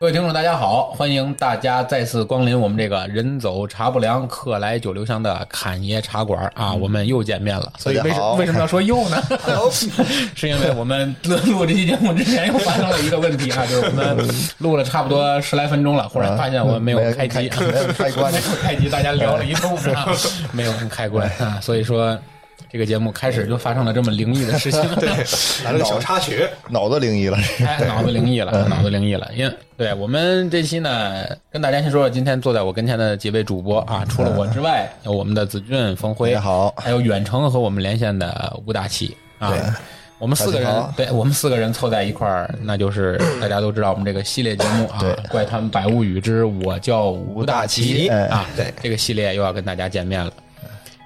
各位听众，大家好！欢迎大家再次光临我们这个“人走茶不凉，客来酒留香”的侃爷茶馆啊！我们又见面了，所以为大什家好为什么要说又呢？ 是因为我们录录这期节目之前又发生了一个问题啊，就是我们录了差不多十来分钟了，忽然发现我啊们没有开机，啊没有 开关没有开机，大家聊了一通啊，没有开关啊，所以说这个节目开始就发生了这么灵异的事情，来了个小插曲，脑子灵异 了，哎，脑子灵异了，脑子灵异了。因为对我们这期呢，跟大家先说说，今天坐在我跟前的几位主播啊，除了我之外，有我们的子俊、冯辉，大家好还有远程和我们连线的吴大奇啊对。我们四个人大家好，对我们四个人凑在一块儿，那就是大家都知道我们这个系列节目啊，《怪谈百物语之我叫吴大奇》哎啊，对这个系列又要跟大家见面了。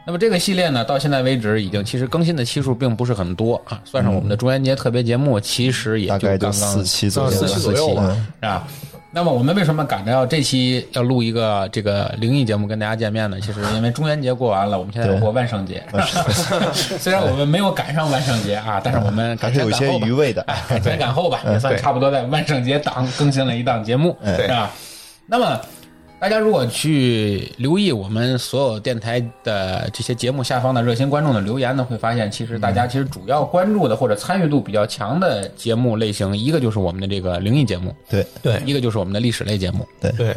那么这个系列呢，到现在为止已经其实更新的期数并不是很多啊，算上我们的中元节特别节目，其实也大概刚就刚四期左右，四期左右吧，嗯是吧？那么我们为什么赶着要这期要录一个这个灵异节目跟大家见面呢？其实因为中元节过完了，我们现在要过万圣 节， 虽然我们没有赶上万圣节啊，但是我们还赶是有前赶一些后吧余，味的。哎， 赶前赶后吧，也算差不多在万圣节档更新了一档节目，哎是吧？那么。大家如果去留意我们所有电台的这些节目下方的热心观众的留言呢，会发现其实大家其实主要关注的或者参与度比较强的节目类型，一个就是我们的这个灵异节目，对，对一个就是我们的历史类节目。对，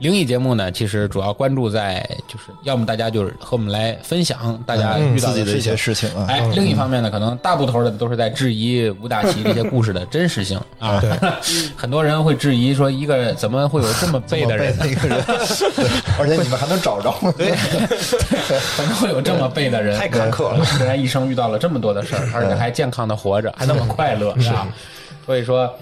灵异节目呢，其实主要关注在就是要么大家就是和我们来分享大家哎遇到嗯自己的事一情些。事情啊，哎，另一方面呢，可能大部头的都是在质疑吴大奇这些故事的真实性啊。 很多人会质疑说，一个怎么会有这么背的人哎被，那个人，对而且你们还能找着，怎么会有这么背的人？太坎坷了，虽然一生遇到了这么多的事儿，而且还健康的活着，还那么快乐，是吧？所以说。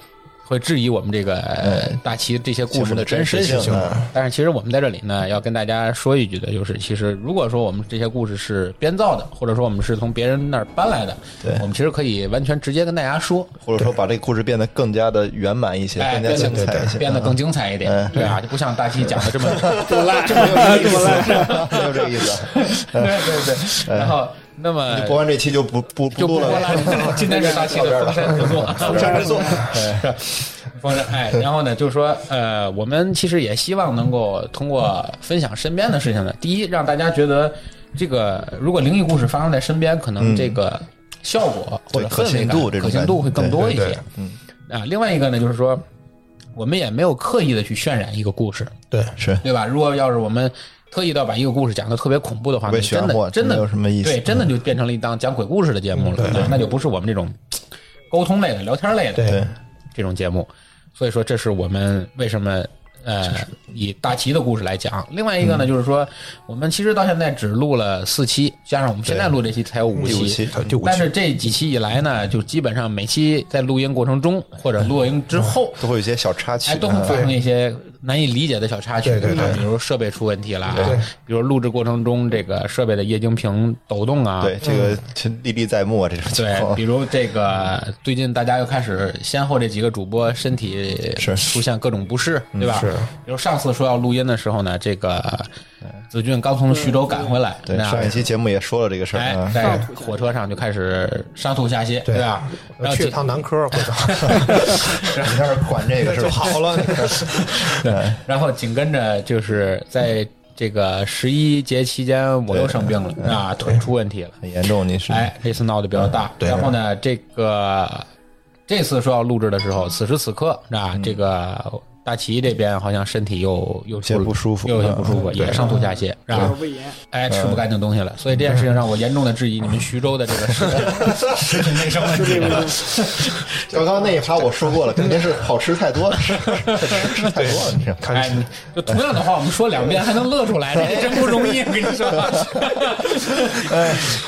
会质疑我们这个呃大齐这些故事的真实啊节目的真实性嗯但是其实我们在这里呢，要跟大家说一句的，就是其实如果说我们这些故事是编造的，或者说我们是从别人那儿搬来的，对我们其实可以完全直接跟大家说， 或者说把这个故事变得更加的圆满一些，哎，更加变得精彩一些，变得更精彩一点哎，对啊，就不像大齐讲的这么嗯多烂，没有这个意思， 没有这个意思。 对对对。然后那么播完这嗯期就不不哎就不录播了，了。 今天是大期 的封山合作，封山 合作，嗯封山哎，然后呢，就是说，呃，我们其实也希望能够通过分享身边的事情呢，第一，让大家觉得这个如果灵异故事发生在身边，可能这个效果或者嗯对可氛围信感、度这可种信度会更感觉多一对些对。嗯啊，另外一个呢，就是说，我们也没有刻意的去渲染一个故事，对，是对吧？如果要是我们特意的把一个故事讲的特别恐怖的话，特别那真玄的幻真的没有什么意思嗯对，真的就变成了一档讲鬼故事的节目了，对那就不是我们这种沟通类的、聊天类的对对这种节目。所以说，这是我们为什么呃以大齐的故事来讲。另外一嗯个呢，就是说我们其实到现在只录了四期，加上我们现在录这期才有五第五期，期，就我但是这几期以来呢，就基本上每期在录音过程中或者录音之后，都会有一些小插曲哎，，都会啊发生一些难以理解的小插曲，对对对啊比如设备出问题了啊对，比如录制过程中这个设备的液晶屏抖动啊，对这个这历历在目啊，这种情对，况比如这个最近大家又开始先后这几个主播身体是出现各种不适，对吧？嗯是比如上次说要录音的时候呢，这个子俊刚从徐州赶回来，对，那上一期节目也说了这个事儿哎啊，，在火车上就开始上吐下泻，对吧？然后呃去紧趟南科或者 你要是管这个是就吧？好了，然后紧跟着就是在这个十一节期间，我又生病了啊，腿出问题了，很严重，你是哎，这次闹得比较大。然后呢，这个这次说要录制的时候，此时此刻嗯啊，这个大齐这边好像身体又又些不舒服嗯又有些不舒服，也上吐下泻，是吧？胃炎，哎，吃不干净东西了。所以这件事情让我严重的质疑你们徐州的这个食品食品卫生问题。刚刚那一趴我说过了，肯定是好吃太 多了，是吃太多了，你知道吗。哎，你就同样的话，我们说两遍还能乐出来，这真不容易。我跟你 说，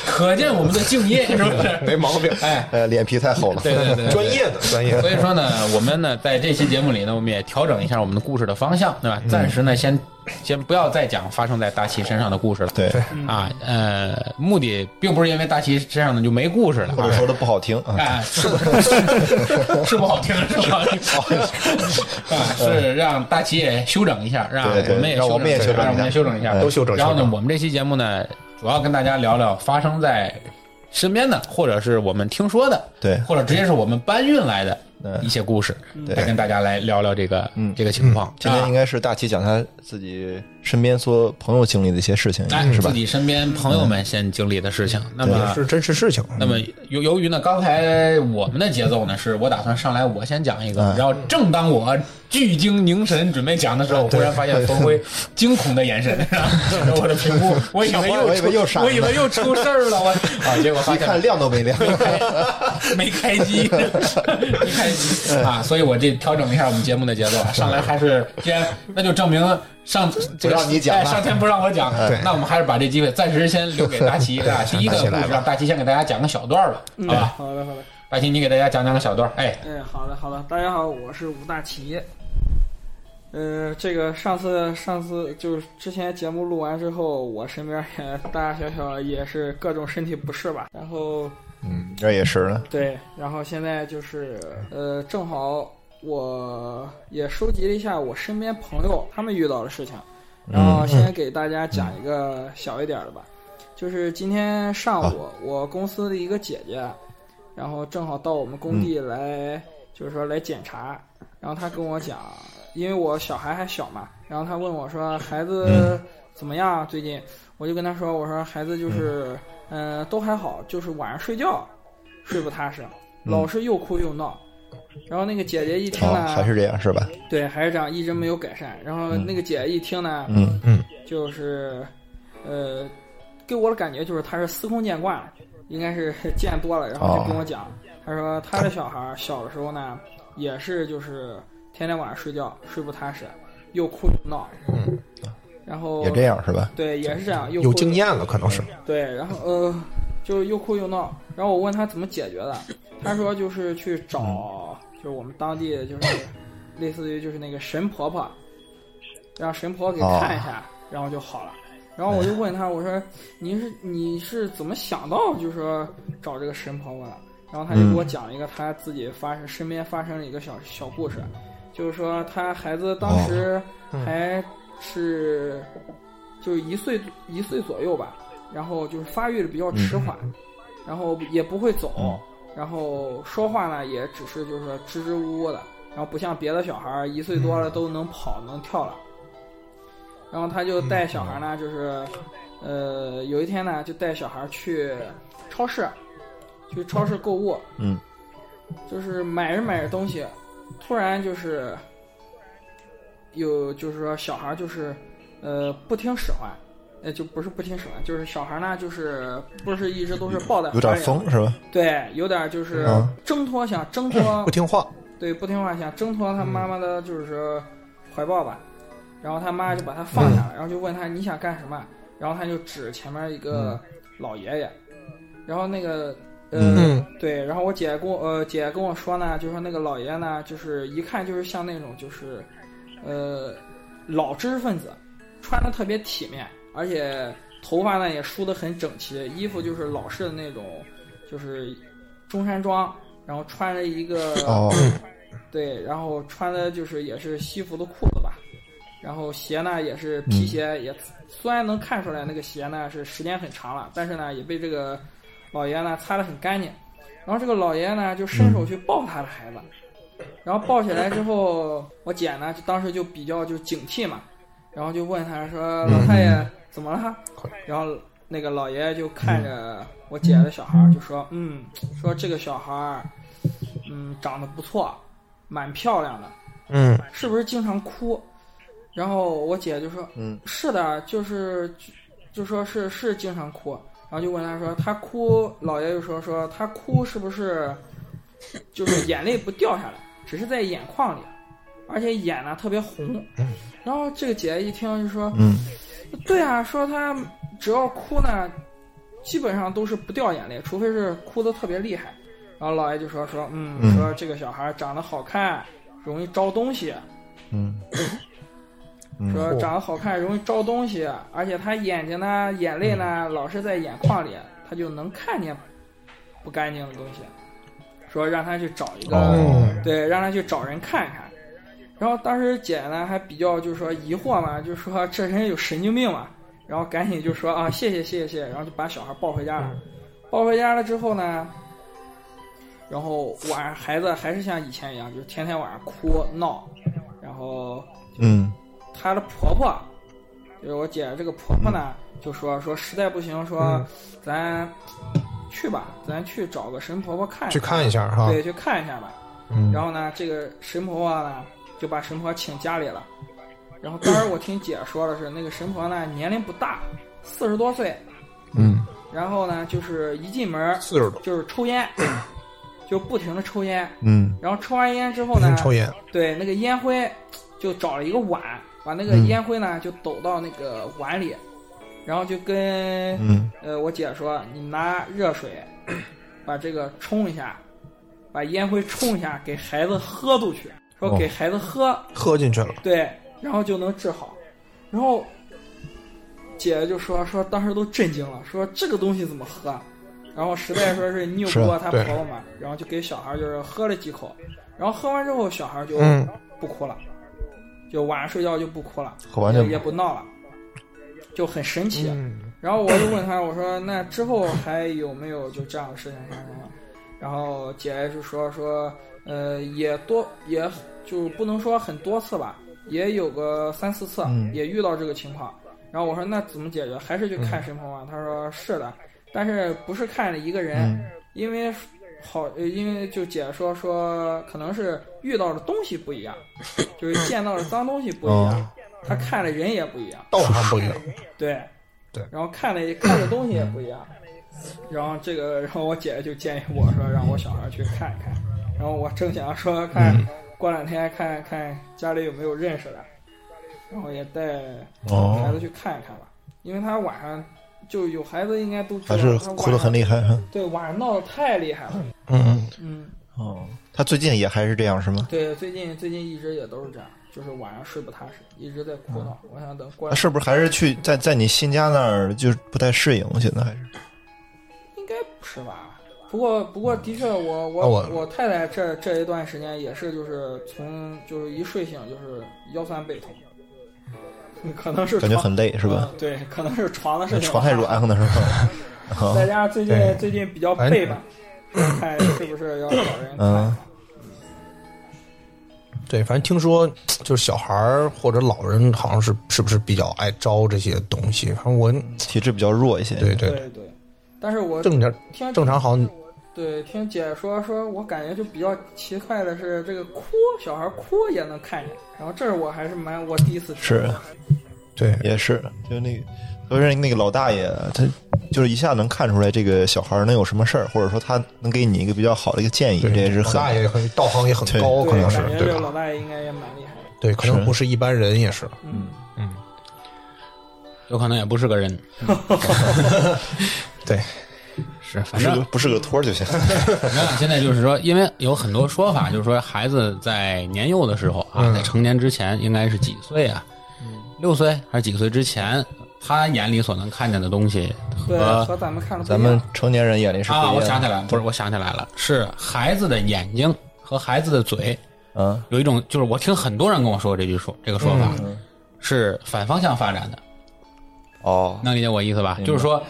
可见我们的敬业是不是？哎 没毛病，哎，呃，脸皮太厚了。对对对。专业的专业所的，以说呢，我们呢在这期节目里呢，我们也调整一下我们的故事的方向，对吧？嗯暂时呢，先先不要再讲发生在大齐身上的故事了。对，啊，呃，目的并不是因为大齐身上呢就没故事了，或者说的不好听啊，哎，是不是不好听？是不好听？啊，是让大齐也修整一下，让对对我们也让我们也修修整一下让我们也修整一下，哎都修整然后修呢，整我们这期节目呢，主要跟大家聊聊发生在身边的，或者是我们听说的，对或者直接是我们搬运来的一些故事，对来跟大家来聊聊这个嗯这个情况。今天应该是大齐讲他自己身边所朋友经历的一些事情，哎，是吧自？己身边朋友们先经历的事情。那 么是真实事情。那嗯么由由于呢，刚才我们的节奏呢，是我打算上来我先讲一个，嗯然后正当我聚精凝神准备讲的时候，忽然发现冯辉惊恐的眼 神，然后我的屏幕，我以为又我以为出又闪我以为了又出事儿了， 我啊，结果发一现看亮都没亮，没开 机，没开机嗯啊！所以我这调整了一下我们节目的节奏，啊，上来还是既然那就证明上这个不让你讲哎了嗯上天不让我讲，那我们还是把这机会暂时先留给大齐，啊。第一个大齐故来吧事让大齐先给大家讲个小段儿吧，好吧？好嗯的，好的，大齐，你给大家讲讲个小段儿，哎，哎，好的，好的，大家好，我是吴大奇。呃，这个上次上次就是之前节目录完之后，我身边也大大小小也是各种身体不适吧，然后嗯， 这也是呢，对，然后现在就是呃，正好我也收集了一下我身边朋友他们遇到的事情，然后先给大家讲一个小一点的吧，就是今天上午我公司的一个姐姐，然后正好到我们工地来，就是说来检查，然后她跟我讲，因为我小孩还小嘛，然后她问我说孩子怎么样啊最近，我就跟她说我说孩子就是嗯、呃都还好，就是晚上睡觉睡不踏实，嗯老是又哭又闹。然后那个姐姐一听哦呢，，还是这样是吧？对，还是这样，一直没有改善。然后那个姐一听呢，嗯就是，呃，给我的感觉就是她是司空见惯了，应该是 见多了，然后就跟我哦讲，她说她的小孩儿小的时候呢，也是就是天天晚上睡觉睡不踏实，又哭又闹，嗯然后也这样是吧？对，也是这样，又有哭经验了，可能是对，然后呃，就又哭又闹。然后我问他怎么解决的，他说就是去嗯找，就是我们当地就是类似于就是那个神婆婆，让神婆给哦看一下，然后就好了。然后我就问他，我说你是你是怎么想到就是说找这个神婆婆的？然后他就给我嗯讲了一个他自己发生身边发生了一个小小故事，就是说他孩子哦当时嗯还是就是一岁一岁左右吧，然后就是发育的比较迟缓，然后也不会走，哦然后说话呢也只是就是说支支吾吾的，然后不像别的小孩儿一岁多了都能跑能跳了。然后他就带小孩呢，就是，呃，有一天呢就带小孩去超市，去超市购物，嗯，就是买着买着东西，突然就是有就是说小孩就是呃不听使唤，呃就不是不听使唤，就是小孩呢就是不是一直都是抱在有怀点里的疯是吧？对，有点就是嗯挣脱，想挣 脱不，听话，对，不听话，想挣脱他妈妈的，就是说怀抱吧。然后他妈就把他放下了，然后就问他你想干什么？然后他就指前面一个老爷爷，然后那个呃，嗯，对，然后我姐跟我呃姐跟我说呢，就说那个老爷呢，就是一看就是像那种就是呃老知识分子，穿的特别体面，而且头发呢也梳得很整齐，衣服就是老式的那种，就是中山装，然后穿着一个哦，对，然后穿的就是也是西服的裤子吧，然后鞋呢也是皮鞋，也虽然能看出来那个鞋呢是时间很长了，但是呢也被这个老爷呢擦得很干净。然后这个老爷呢就伸手去抱他的孩子，然后抱起来之后，我姐呢就当时就比较就警惕嘛，然后就问他说：“老太爷怎么了？”然后那个老爷爷就看着我姐的小孩儿就说：“嗯，说这个小孩儿，嗯，长得不错，蛮漂亮的，嗯，是不是经常哭？”然后我姐就说：“嗯，是的，就是就就说是是经常哭。”然后就问他说：“他哭？”老爷就说：“说他哭是不是就是眼泪不掉下来，只是在眼眶里，而且眼呢特别红。”然后这个姐一听就说：“嗯，对啊，说他只要哭呢，基本上都是不掉眼泪，除非是哭的特别厉害。然后老爷就说说，嗯，嗯说这个小孩长得好看，容易招东西，嗯说嗯长得好看容易招东西，而且他眼睛呢，眼泪呢老是在眼眶里，他就能看见不干净的东西。说让他去找一个，哦对，让他去找人看一看。然后当时姐呢还比较就是说疑惑嘛，就说啊这人有神经病嘛，然后赶紧就说啊谢谢谢谢谢谢，然后就把小孩抱回家了。抱回家了之后呢，然后晚上孩子还是像以前一样，就是天天晚上哭闹，然后嗯她的婆婆，就是我姐这个婆婆呢，就说说实在不行，说咱去吧，咱去找个神婆婆看一去下，看一下哈。对，去看一下吧。啊嗯，然后呢，这个神婆婆呢就把神婆请家里了。然后当时我听姐说的是，那个神婆呢年龄不大，四十多岁，嗯然后呢就是一进门四十多，就是抽烟，就不停的抽烟。嗯然后抽完烟之后不呢能，嗯抽烟，对那个烟灰就找了一个碗，把那嗯个烟灰呢就抖到那个碗里，然后就跟嗯呃，我姐说你拿热水把这个冲一下，把烟灰冲一下，给孩子喝出去，说哦给孩子喝，喝进去了。对，然后就能治好。然后姐就说说当时都震惊了，说这个东西怎么喝啊？然后实在说是拗不过她是婆对婆嘛，然后就给小孩就是喝了几口，然后喝完之后小孩就嗯不哭了，就晚上睡觉就不哭了，喝完就也也不闹了，就很神奇。嗯，然后我就问他，我说那之后还有没有就这样的事情发生了？然后姐就说说，呃，也多也就不能说很多次吧，也有个三四次，嗯也遇到这个情况。然后我说那怎么解决？还是去嗯看神婆啊吗？他说是的，但是不是看一个人，嗯因为好，呃因为就姐说说可能是遇到的东西不一样，就是见到的脏东西不一样哦，他看的人也不一样。道行不一样。对，对然后看的看的东西也不一样。然后这个，然后我姐就建议我说让我小孩去看一看。然后我正想说看，嗯过两天看看家里有没有认识的，然后也带哦孩子去看一看吧，因为他晚上就有孩子应该都知道还是他晚哭得很厉害。嗯害，对，晚上闹得太厉害了。嗯，嗯，哦，他最近也还是这样是吗？对，最近最近一直也都是这样，就是晚上睡不踏实，一直在哭闹。我想等过那啊是不是还是去在在你新家那儿就不太适应？现在还是应该不是吧？不过不过的确我，我啊我我太太这这一段时间也是，就是从就是一睡醒就是腰酸背痛，可能是感觉床很累是吧？嗯对，可能是床的事情，床太软，和呢是吧？啊再加上最对近最近比较哎背吧，看是不是要找人嗯看看。对，反正听说就是小孩儿或者老人，好像是是不是比较爱招这些东西？反正我，体质比较弱一些。对对，对对，但是我正常听正常好像对听姐说说，我感觉就比较奇怪的是，这个哭小孩哭也能看见，然后这是我还是蛮我第一次知是道对，也是，就那个，所以说那个老大爷，他就是一下能看出来这个小孩能有什么事儿，或者说他能给你一个比较好的一个建议，这对也是老大很也很道行也很高，对，可能是感觉对这个吧？老大爷应该也蛮厉害的。对，可能是不是一般人也是。嗯，嗯，有可能也不是个人，对，是不反是正个不是个托儿 就行。没有，现在就是说，因为有很多说法，就是说孩子在年幼的时候啊，嗯在成年之前应该是几岁啊？六岁还是几岁之前，他眼里所能看见的东西对，和和咱们看的不咱一们样成年人眼里是不一啊，样我的想起来了，不是，我想起来了，是孩子的眼睛和孩子的嘴嗯有一种，就是我听很多人跟我说过这句说这个说法、嗯是反方向发展的， 哦，能理解我意思吧？明白就是说，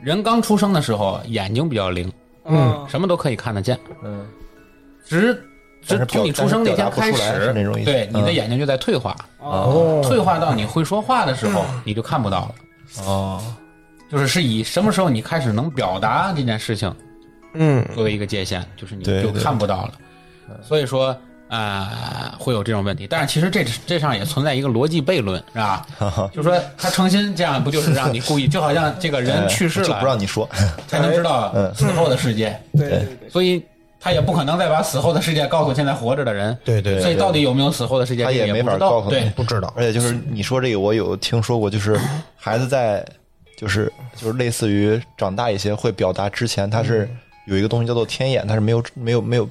人刚出生的时候眼睛比较灵，嗯什么都可以看得见，嗯直直但是从表你出生那天开但是表达不出始来是那种意，思对你的嗯眼睛就在退化，哦，退化到你会说话的时候，嗯你就看不到了。哦，就是是以什么时候你开始能表达这件事情嗯，作为一个界限，就是你对嗯就对看不到了。所以说啊、呃会有这种问题。但是其实这这上也存在一个逻辑悖论，是吧？嗯就说他诚心这样，不就是让你故意？就好像这个人哎哦 去世就不了，让你说，才能知道嗯死后的世界，对对对，所以他也不可能再把死后的世界告诉现在活着的人。对对所以对，到底有没有死后的世界，他这个也没不法知道告诉你对，不知道。而且就是你说这个，我有听说过，就是孩子在就是就是类似于长大一些会表达之前，他是有一个东西叫做天眼，他是没有没有没有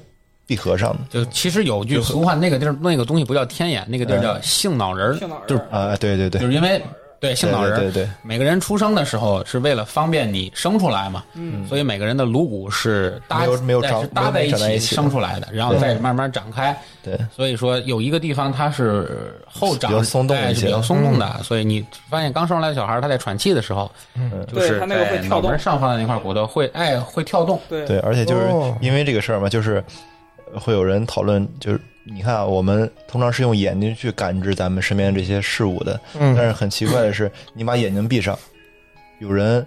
闭合上的就其实有哎句俗话，那个地儿那个东西不叫天眼，那个地儿叫性脑仁儿，性脑仁就是儿啊，对对就对，是因为对性脑人，对对对每个人出生的时候是为了方便你生出来嘛，嗯，所以每个人的颅骨是搭没有没有但是长搭在没有长在一一起起的生出来的，然后再慢慢展开。对所以说有一个地方它是后长，比较松动一哎是些嗯比较松动的。所以你发现刚生出来的小孩他在喘气的时候，就对是他那个会在跳脑门动上方的那块骨头会哎会跳动，对对，而且就是哦因为这个事儿嘛，就是会有人讨论，就是你看啊，我们通常是用眼睛去感知咱们身边这些事物的，嗯但是很奇怪的是，你把眼睛闭上，有人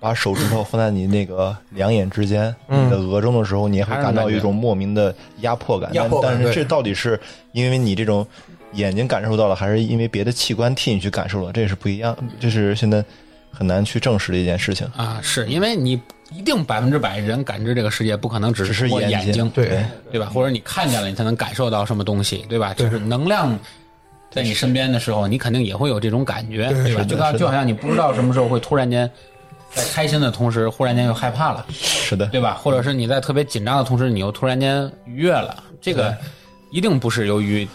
把手指头放在你那个两眼之间、嗯你的额中的时候，你也会还是感到感觉一种莫名的压迫感。压迫感但但是对这到底是因为你这种眼睛感受到了，还是因为别的器官替你去感受了？这是不一样，这是现在很难去证实的一件事情。啊，是因为你一定百分之百人感知这个世界，不可能只只是是通过眼眼睛，对对吧？或者你看见了，你才能感受到什么东西，对吧？对就是能量在你身边的时候，你肯定也会有这种感觉，对对吧？是的就好是的就好像你不知道什么时候会突然间在开心的同时，忽然间又害怕了，是的，对吧？或者是你在特别紧张的同时，你又突然间愉悦了，这个一定不是由于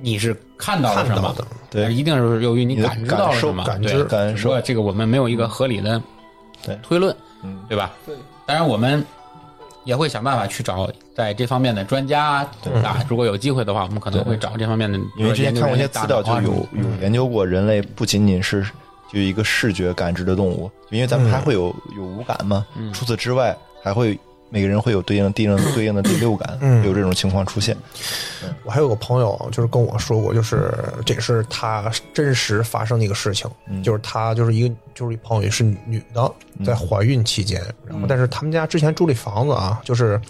你是看到了什看到么的，对而一定是由于你你的感知到了感受什么，感对知感只不过受嗯这个我们没有一个合理的对推论，嗯对吧？对当然我们也会想办法去找在这方面的专家啊，如果有机会的话，我们可能会找这方面的，因为之前看过一些资料，就有比如说研究人类大脑啊有嗯研究过人类不仅仅是就一个视觉感知的动物，因为咱嗯们还会有有五感嘛。除此之外，还会每个人会有对应的对应的对应的第六感，嗯会有这种情况出现。我还有个朋友，就是跟我说过，就是这也是他真实发生的一个事情，就是他就是一个就是一朋友也是女女的，在怀孕期间，然后但是他们家之前住这房子啊，就是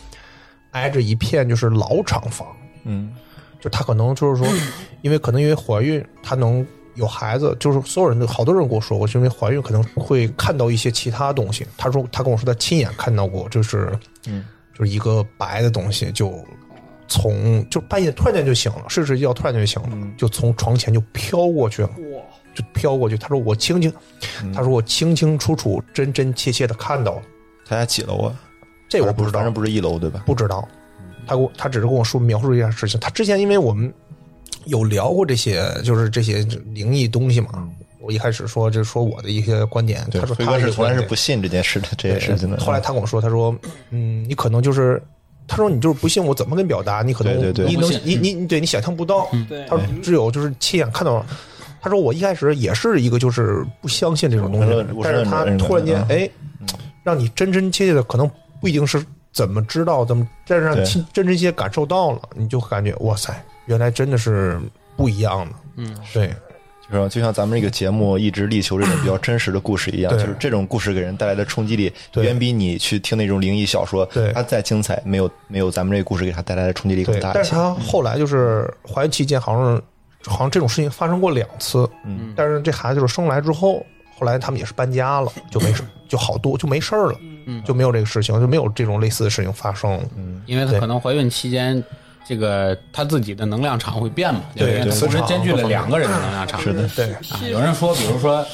挨着一片就是老厂房，嗯，就她可能就是说，因为可能因为怀孕，她能有孩子，就是所有人都好多人跟我说过，是因为怀孕可能会看到一些其他东西。她说她跟我说她亲眼看到过，就是嗯，就是一个白的东西就。从就半夜突然间就醒了，睡着睡觉突然间就醒了，就从床前就飘过去了，哇，就飘过去。她说我清清，她说我清清楚楚、真真切切的看到了，他家几楼啊？这我不知道反，正不是一楼对吧？不知道，他给我他只是跟我说描述一下事情。他之前因为我们有聊过这些，就是这些灵异东西嘛。我一开始说就是说我的一些观点，嗯对他说辉他哥是的从来是观点不信这件事的这件事情的。后来他跟我说，他说嗯，你可能就是。他说：“你就是不信我怎么跟你表达？你可能对对对你我能不信嗯你你你对你想象不到。对他嗯说只有就是亲眼看到。他说我一开始也是一个就是不相信这种东西的人我，是但是他突然间我是哎，嗯让你真真切切的，可能不一定是怎么知道怎么，但是让你对亲真真切切感受到了，你就感觉哇塞，原来真的是不一样的。嗯，对，就是就像咱们这个节目一直力求这种比较真实的故事一样，对就是这种故事给人带来的冲击力，对远比你去听那种灵异小说对，它再精彩，没有没有咱们这个故事给它带来的冲击力更对，大一些。但是他后来就是怀孕期间，好像好像这种事情发生过两次，嗯，但是这孩子就是生来之后，后来他们也是搬家了，就没事，就好多就没事儿了，嗯就没有这个事情，就没有这种类似的事情发生。嗯，因为她对可能怀孕期间。这个她自己的能量场会变嘛？对因为她对同时磁场兼具各了方面两个人的能量场。是的对啊，有人说，比如说，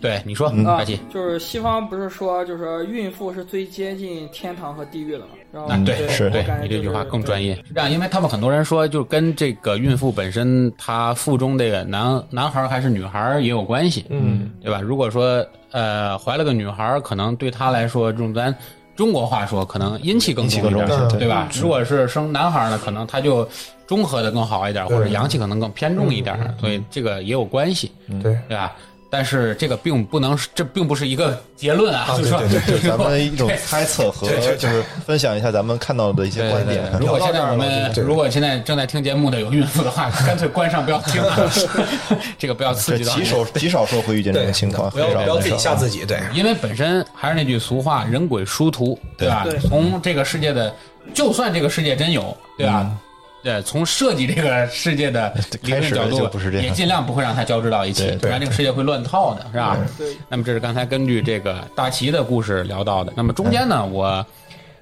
对你说，嗯啊白，奇，就是西方不是说，就是说孕妇是最接近天堂和地狱的嘛？然后啊，对，对，是我对感觉你这句就是话更对专业。是这样，因为他们很多人说，就跟这个孕妇本身她腹中这个男男孩儿还是女孩儿也有关系，嗯，对吧？如果说呃怀了个女孩儿，可能对她来说，用咱中国话说，可能阴气更阴气更重一重点，一些对吧？如果是生男孩儿呢，可能他就中和的更好一点，或者对阳气可能更偏重一点，所以这个也有关系。对，对吧？但是这个并不能是，这并不是一个结论啊，啊 就是说对对就是咱们一种猜测和就是分享一下咱们看到的一些观点。如果现在我聊到这儿们了对如果现在正在听节目的有孕妇的话， 干脆关上不要听了，这个不要刺激这到极。少极少数会遇见这种嗯情况，不要很少不要很自己少吓自己，对，因为本身还是那句俗话，人鬼殊途，对吧？对从这个世界的，就算这个世界真有，对吧？对，从设计这个世界的理嗯开论始角度就不是，这样也尽量不会让它交织到一起，对不然这个世界会乱套的，是吧？对那么这是刚才根据这个大齐的故事聊到的。那么中间嗯呢，我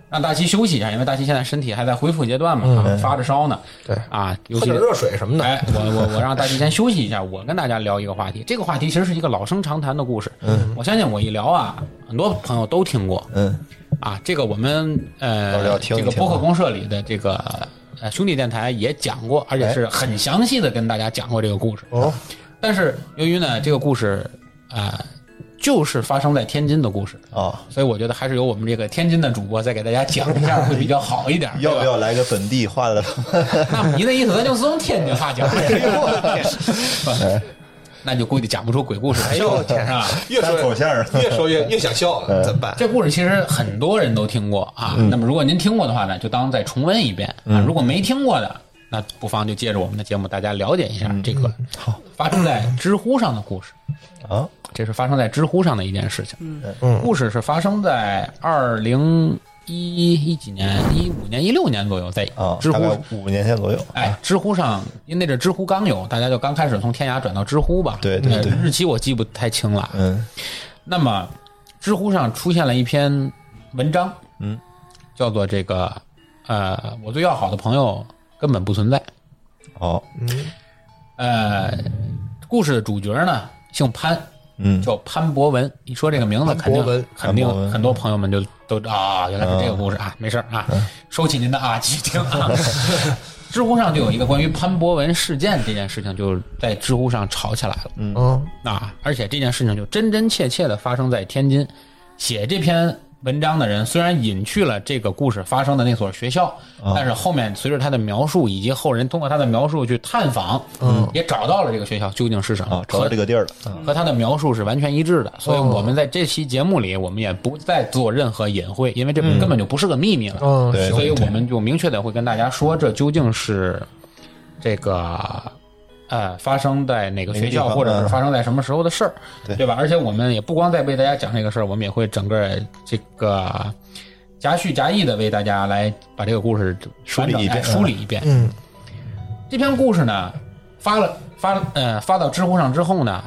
让大齐休息一下，因为大齐现在身体还在恢复阶段嘛，嗯啊发着烧呢。对啊，尤喝其点热水什么的。哎，我我我让大齐先休息一下，我跟大家聊一个话题。这个话题其实是一个老生常谈的故事，嗯，我相信我一聊啊，很多朋友都听过嗯，啊。这个我们老廖呃，听一这听个播客公社里的这个呃兄弟电台也讲过，而且是很详细的跟大家讲过这个故事。哦，但是由于呢，这个故事啊、就是发生在天津的故事，啊，，所以我觉得还是由我们这个天津的主播再给大家讲一下会比较好一点 要不对吧？要来个本地化 的？那您的意思，咱就从天津话讲，哎 那就估计讲不出鬼故事来，哎呦天啊！越单口相声，越说越越想笑，怎么办？这故事其实很多人都听过啊。嗯那么如果您听过的话呢，就当再重温一遍啊。如果没听过的，那不妨就借着我们的节目，大家了解一嗯下这个发生在知乎上的故事。 啊，这是发生在知乎上的一件事情。嗯故事是发生在二零一一几年，一五年、一六年左右，在啊，知乎大概五年前左右，哎，知乎上，因为那阵知乎刚有，大家就刚开始从天涯转到知乎吧。对对呃对日期我记不太清了。嗯那么，知乎上出现了一篇文章，嗯，叫做这个呃，我最要好的朋友根本不存在。哦，呃，故事的主角呢姓潘，嗯，叫潘博文。一说这个名字，肯潘博文定肯定潘博文嗯很多朋友们就都啊，原来是这个故事啊，没事儿啊，收起您的啊， 继续听啊。知乎上就有一个关于潘博文事件这件事情，就在知乎上吵起来了。嗯啊，而且这件事情就真真切切的发生在天津。写这篇文章的人虽然隐去了这个故事发生的那所学校，啊但是后面随着他的描述以及后人通过他的描述去探访，嗯，也找到了这个学校究竟是什么啊，，找到这个地儿了，啊和和他的描述是完全一致的。所以我嗯们在这期节目里，我们也不再做任何隐晦，因为这根本就不是个秘密了。嗯，对行所以我们就明确的会跟大家说，这究竟是这个呃发生在哪个学哪个地校，方嗯或者是发生在什么时候的事儿，对对吧？而且我们也不光在为大家讲这个事儿，我们也会整个这个夹叙夹议的为大家来把这个故事梳理一遍哎梳理一遍。嗯这篇故事呢，发了发了呃发到知乎上之后呢，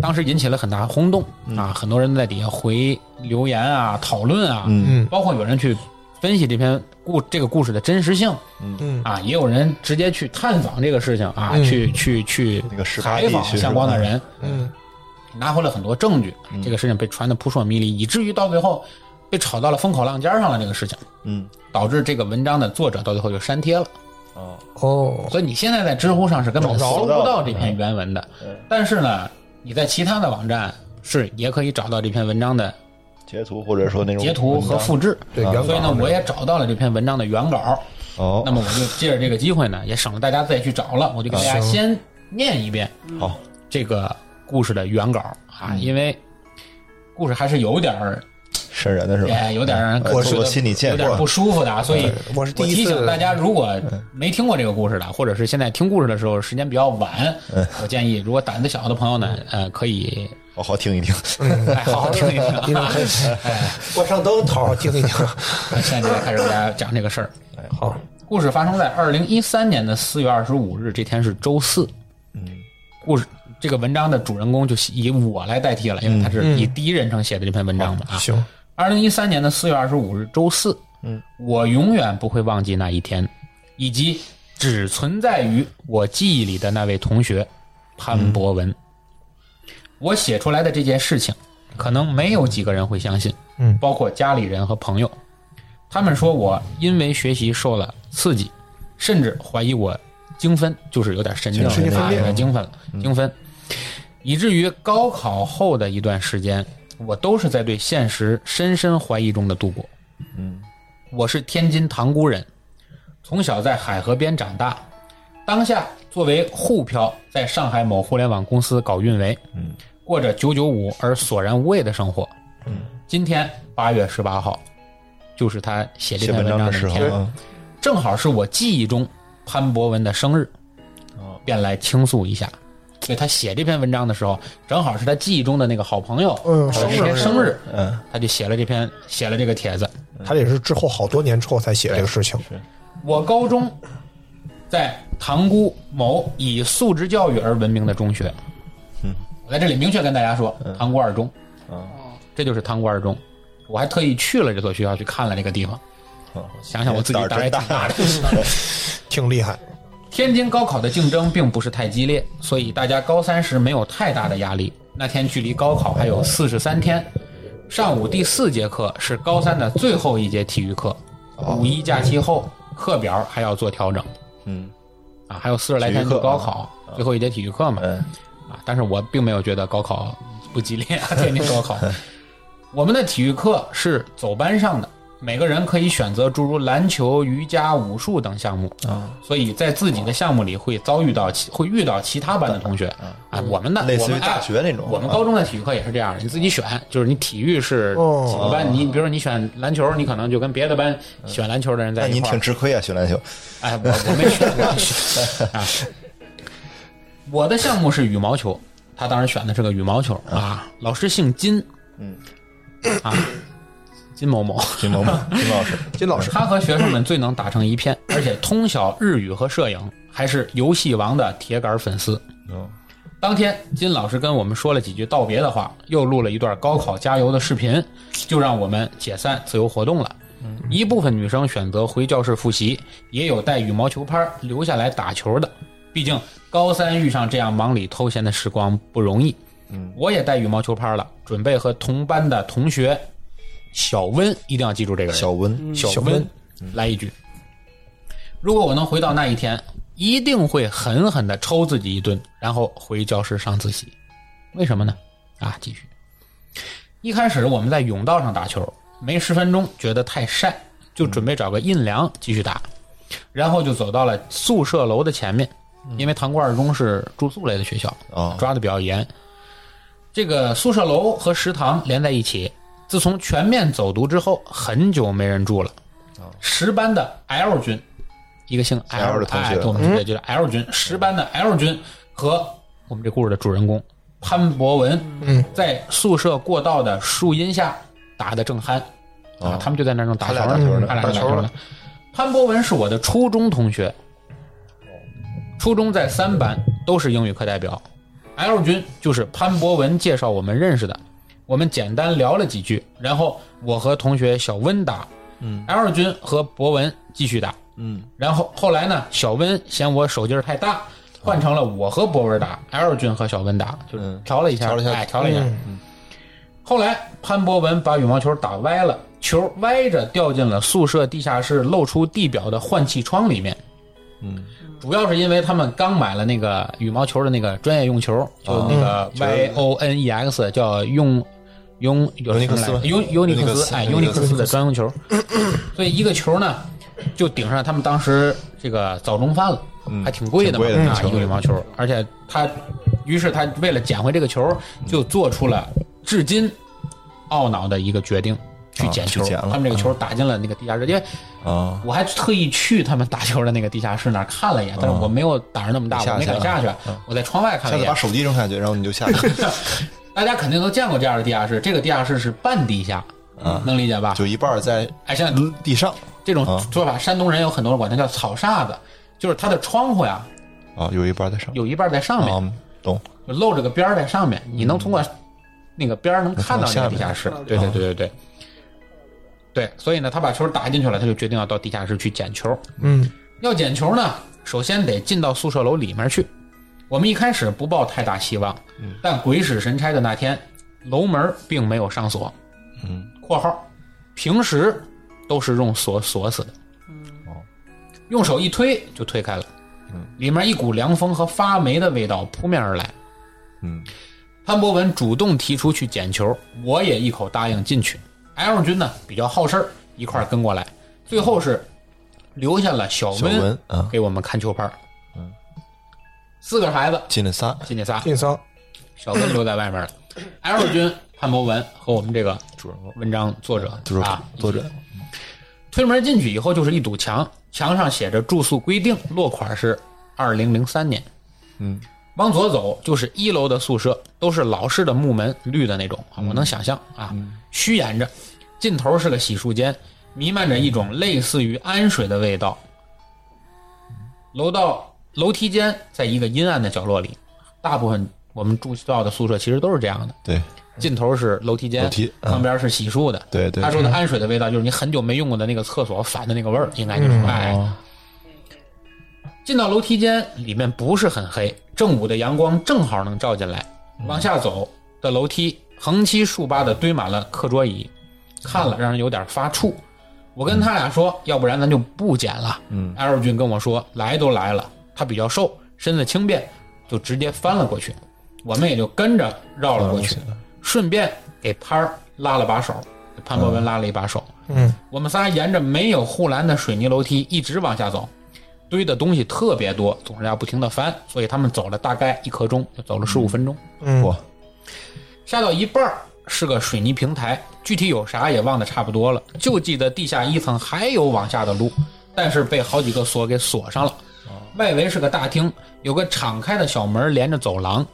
当时引起了很大轰动嗯啊，很多人在底下回留言啊、讨论啊，嗯包括有人去分析这篇故这个故事的真实性嗯啊，也有人直接去探访这个事情啊，嗯去去去那个事发采地访区相关的，人，嗯拿回了很多证据，这个事情被传的扑朔迷离，以至于到最后被炒到了风口浪尖上了。这个事情嗯，导致这个文章的作者到最后就删帖了。哦，哦，所以你现在在知乎上是根本找搜不不到到这篇原文的嗯，但是呢，你在其他的网站是也可以找到这篇文章的截图或者说那种截图和复制。对，原所以呢稿，我也找到了这篇文章的原稿。哦那，么我就借着这个机会呢，也省了大家再去找了，我就给大家行先念一遍好，这个故事的原稿啊，因为故事还是有点儿，瘆人的是吧？哎，有点儿让人我觉得心理有建点儿不设，舒服的啊，所以对我是第一提醒次嗯大家，如果没听过这个故事的，或者是现在听故事的时候时间比较晚，嗯我建议如果胆子小的朋友呢，呃，可以哦好好听 一听，哎好好听一听啊。我上灯好好听一听。现在就开始给大家讲这个事儿。 好，故事发生在二零一三年的四月二十五日，这天是周四。嗯，故事这个文章的主人公就以我来代替了，因为他是嗯以第一人称写的这篇文章嘛啊。行，二零一三年的四月二十五日，周四。嗯，我永远不会忘记那一天，以及只存在于我记忆里的那位同学潘博文。我写出来的这件事情，可能没有几个人会相信，嗯包括家里人和朋友。他们说我因为学习受了刺激，甚至怀疑我精分，就是有点神经了，神经分啊裂嗯有点精分了，精分，以至于高考后的一段时间，我都是在对现实深深怀疑中的度过。嗯，我是天津塘沽人，从小在海河边长大，当下作为沪漂，在上海某互联网公司搞运维，嗯，过着九九五而索然无味的生活。嗯，今天八月十八号，就是他写这写篇文文章章的的时候天，啊，正好是我记忆中潘博文的生日哦，便来倾诉一下。所以他写这篇文章的时候，正好是他记忆中的那个好朋友嗯他的那天生日生日，嗯，他就写了这篇写了这个帖子。他也是之后好多年之后才写这个事情。我高中在塘沽某以素质教育而闻名的中学，嗯，我在这里明确跟大家说，塘沽二中，哦，这就是塘沽二中。我还特意去了这所学校去看了这个地方，哦想想我自己胆儿也挺大的。挺厉害。天津高考的竞争并不是太激烈，所以大家高三时没有太大的压力。那天距离高考还有四十三天，上午第四节课是高三的最后一节体育课，五一假期后课表还要做调整。嗯啊，还有四十来天就高考，最后一节体育课嘛。啊嗯啊，但是我并没有觉得高考不激烈啊，天天 高考。我们的体育课是走班上的，每个人可以选择诸如篮球、瑜伽、武术等项目啊，所以在自己的项目里会遭遇到其会遇到其他班的同学啊。我们的类似我于们大哎学那种，啊我们高中的体育课也是这样的，你自己选，就是你体育是哦几个班，你比如说你选篮球，你可能就跟别的班选篮球的人嗯那在一您块挺儿。吃亏啊，学篮球。哎，我我没选，我没选啊。我的项目是羽毛球，他当时选的是个羽毛球啊。老师姓金，嗯，啊，金某某，金萌 萌，金老师，金老师，他和学生们最能打成一片，而且通晓日语和摄影，还是游戏王的铁杆粉丝。嗯，当天，金老师跟我们说了几句道别的话，又录了一段高考加油的视频，就让我们解散自由活动了。嗯一部分女生选择回教室复习，也有带羽毛球拍儿留下来打球的。毕竟高三遇上这样忙里偷闲的时光不容易。嗯我也带羽毛球拍儿了，准备和同班的同学小温，一定要记住这个人，小温，嗯小温来一句：“如果我能回到那一天，一定会狠狠的抽自己一顿，然后回教室上自习。为什么呢？啊，继续。一开始我们在甬道上打球，没十分钟觉得太晒，就准备找个阴凉继续打，然后就走到了宿舍楼的前面，因为唐罐中是住宿类的学校，哦抓的比较严。这个宿舍楼和食堂连在一起，自从全面走读之后，很久没人住了。十班的 L 军，一个姓哦 L 的同哎学嗯对我们这就是 L 军。十班的 L 军和我们这故事的主人公潘博文，嗯，在宿舍过道的树荫下打的正酣啊哦，他们就在那儿正打他俩球打球呢呢，他俩正打打球球呢呢。潘博文是我的初中同学，初中在三班都是英语课代表。L 君就是潘博文介绍我们认识的，我们简单聊了几句，然后我和同学小温打，嗯，L 君和博文继续打，嗯，然后后来呢，小温嫌我手劲儿太大，换成了我和博文打，L 君和小温打，就是嗯调了一下，调了一下哎，调了一下。嗯后来潘博文把羽毛球打歪了，球歪着掉进了宿舍地下室露出地表的换气窗里面。嗯，主要是因为他们刚买了那个羽毛球的那个专业用嗯球，就那个 Y O N E X，叫用用有尤尼克斯什么来吧尤尤尼克尤尼克斯，斯哎，尤尤尼尼克斯克斯的专用球，所以一个球呢就顶上他们当时这个早中饭了，嗯还挺贵的嘛，挺贵的那啊球嗯一个羽毛球，而且他，于是他为了捡回这个球，嗯就做出了至今懊恼的一个决定。去啊捡去球，捡了他们这个球打进了那个地下室，因为啊，我还特意去他们打球的那个地下室那儿看了一眼，但是我没有胆儿那么大，你啊下我没敢去了下去，我在窗外看了下一次把眼。手机扔下去，然后你就 下去，大家肯定都见过这样的地下室，这个地下室是半地下，嗯能理解吧？就一半儿在哎，现在地上这种啊说法，山东人有很多人管它叫草厦子，就是它的窗户呀，啊，有一半儿在上。有一半在上面，啊，懂，就露着个边儿在上面，你能通过那个边儿能看到那个地哦下室能。对从下对对面对对。对，所以呢，他把球打进去了，他就决定要到地下室去捡球。嗯要捡球呢，首先得进到宿舍楼里面去。我们一开始不抱太大希望，但鬼使神差的那天，楼门并没有上锁。嗯，括号，平时都是用锁锁死的。哦用手一推就推开了。里面一股凉风和发霉的味道扑面而来。嗯，潘博文主动提出去捡球，我也一口答应进去。L 君呢比较好事儿，一块儿跟过来。最后是留下了小小嗯文温啊，给我嗯们看球拍儿。四个孩子进了仨，进去仨，硬桑，小温留在外面了。L 君、潘博文和我们这个主人公，文章作者主人啊，公，作者，推门进去以后就是一堵墙，墙上写着住宿规定，落款是二零零三年。嗯，往左走就是一楼的宿舍，都是老式的木门，绿的那种啊，嗯我能想象啊。虚掩着，尽头是个洗漱间，弥漫着一种类似于氨水的味道。楼道楼梯间在一个阴暗的角落里，大部分我们住到的宿舍其实都是这样的。对，尽头是楼梯间，楼梯嗯旁边是洗漱的。对对他说的氨水的味道，就是你很久没用过的那个厕所反的那个味儿，应该就是、嗯哎。进到楼梯间，里面不是很黑，正午的阳光正好能照进来。嗯往下走的楼梯，横七竖八的堆满了课桌椅，看了让人有点发怵。我跟他俩说，要不然咱就不捡了。嗯，L 君跟我说，来都来了，他比较瘦，身子轻便，就直接翻了过去。我们也就跟着绕了过去，顺便给潘儿拉了把手，给潘博文拉了一把手。嗯，我们仨沿着没有护栏的水泥楼梯一直往下走，堆的东西特别多，总是要不停的翻，所以他们走了大概一刻钟，就走了十五分钟。嗯哇，下到一半儿是个水泥平台，具体有啥也忘得差不多了，就记得地下一层还有往下的路，但是被好几个锁给锁上了。外围是个大厅，有个敞开的小门连着走廊，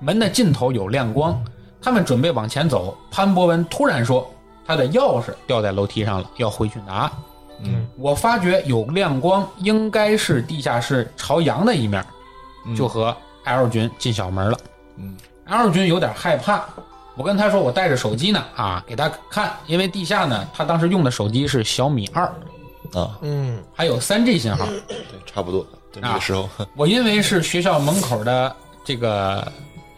门的尽头有亮光。他们准备往前走，潘博文突然说他的钥匙掉在楼梯上了，要回去拿。嗯，我发觉有亮光，应该是地下室朝阳的一面，就和 L 君进小门了。嗯 L 君有点害怕，我跟他说我带着手机呢啊，给他看，因为地下呢，他当时用的手机是小米二，啊，嗯还有三 G 信号。对，差不多，啊就那个时候，我因为是学校门口的这个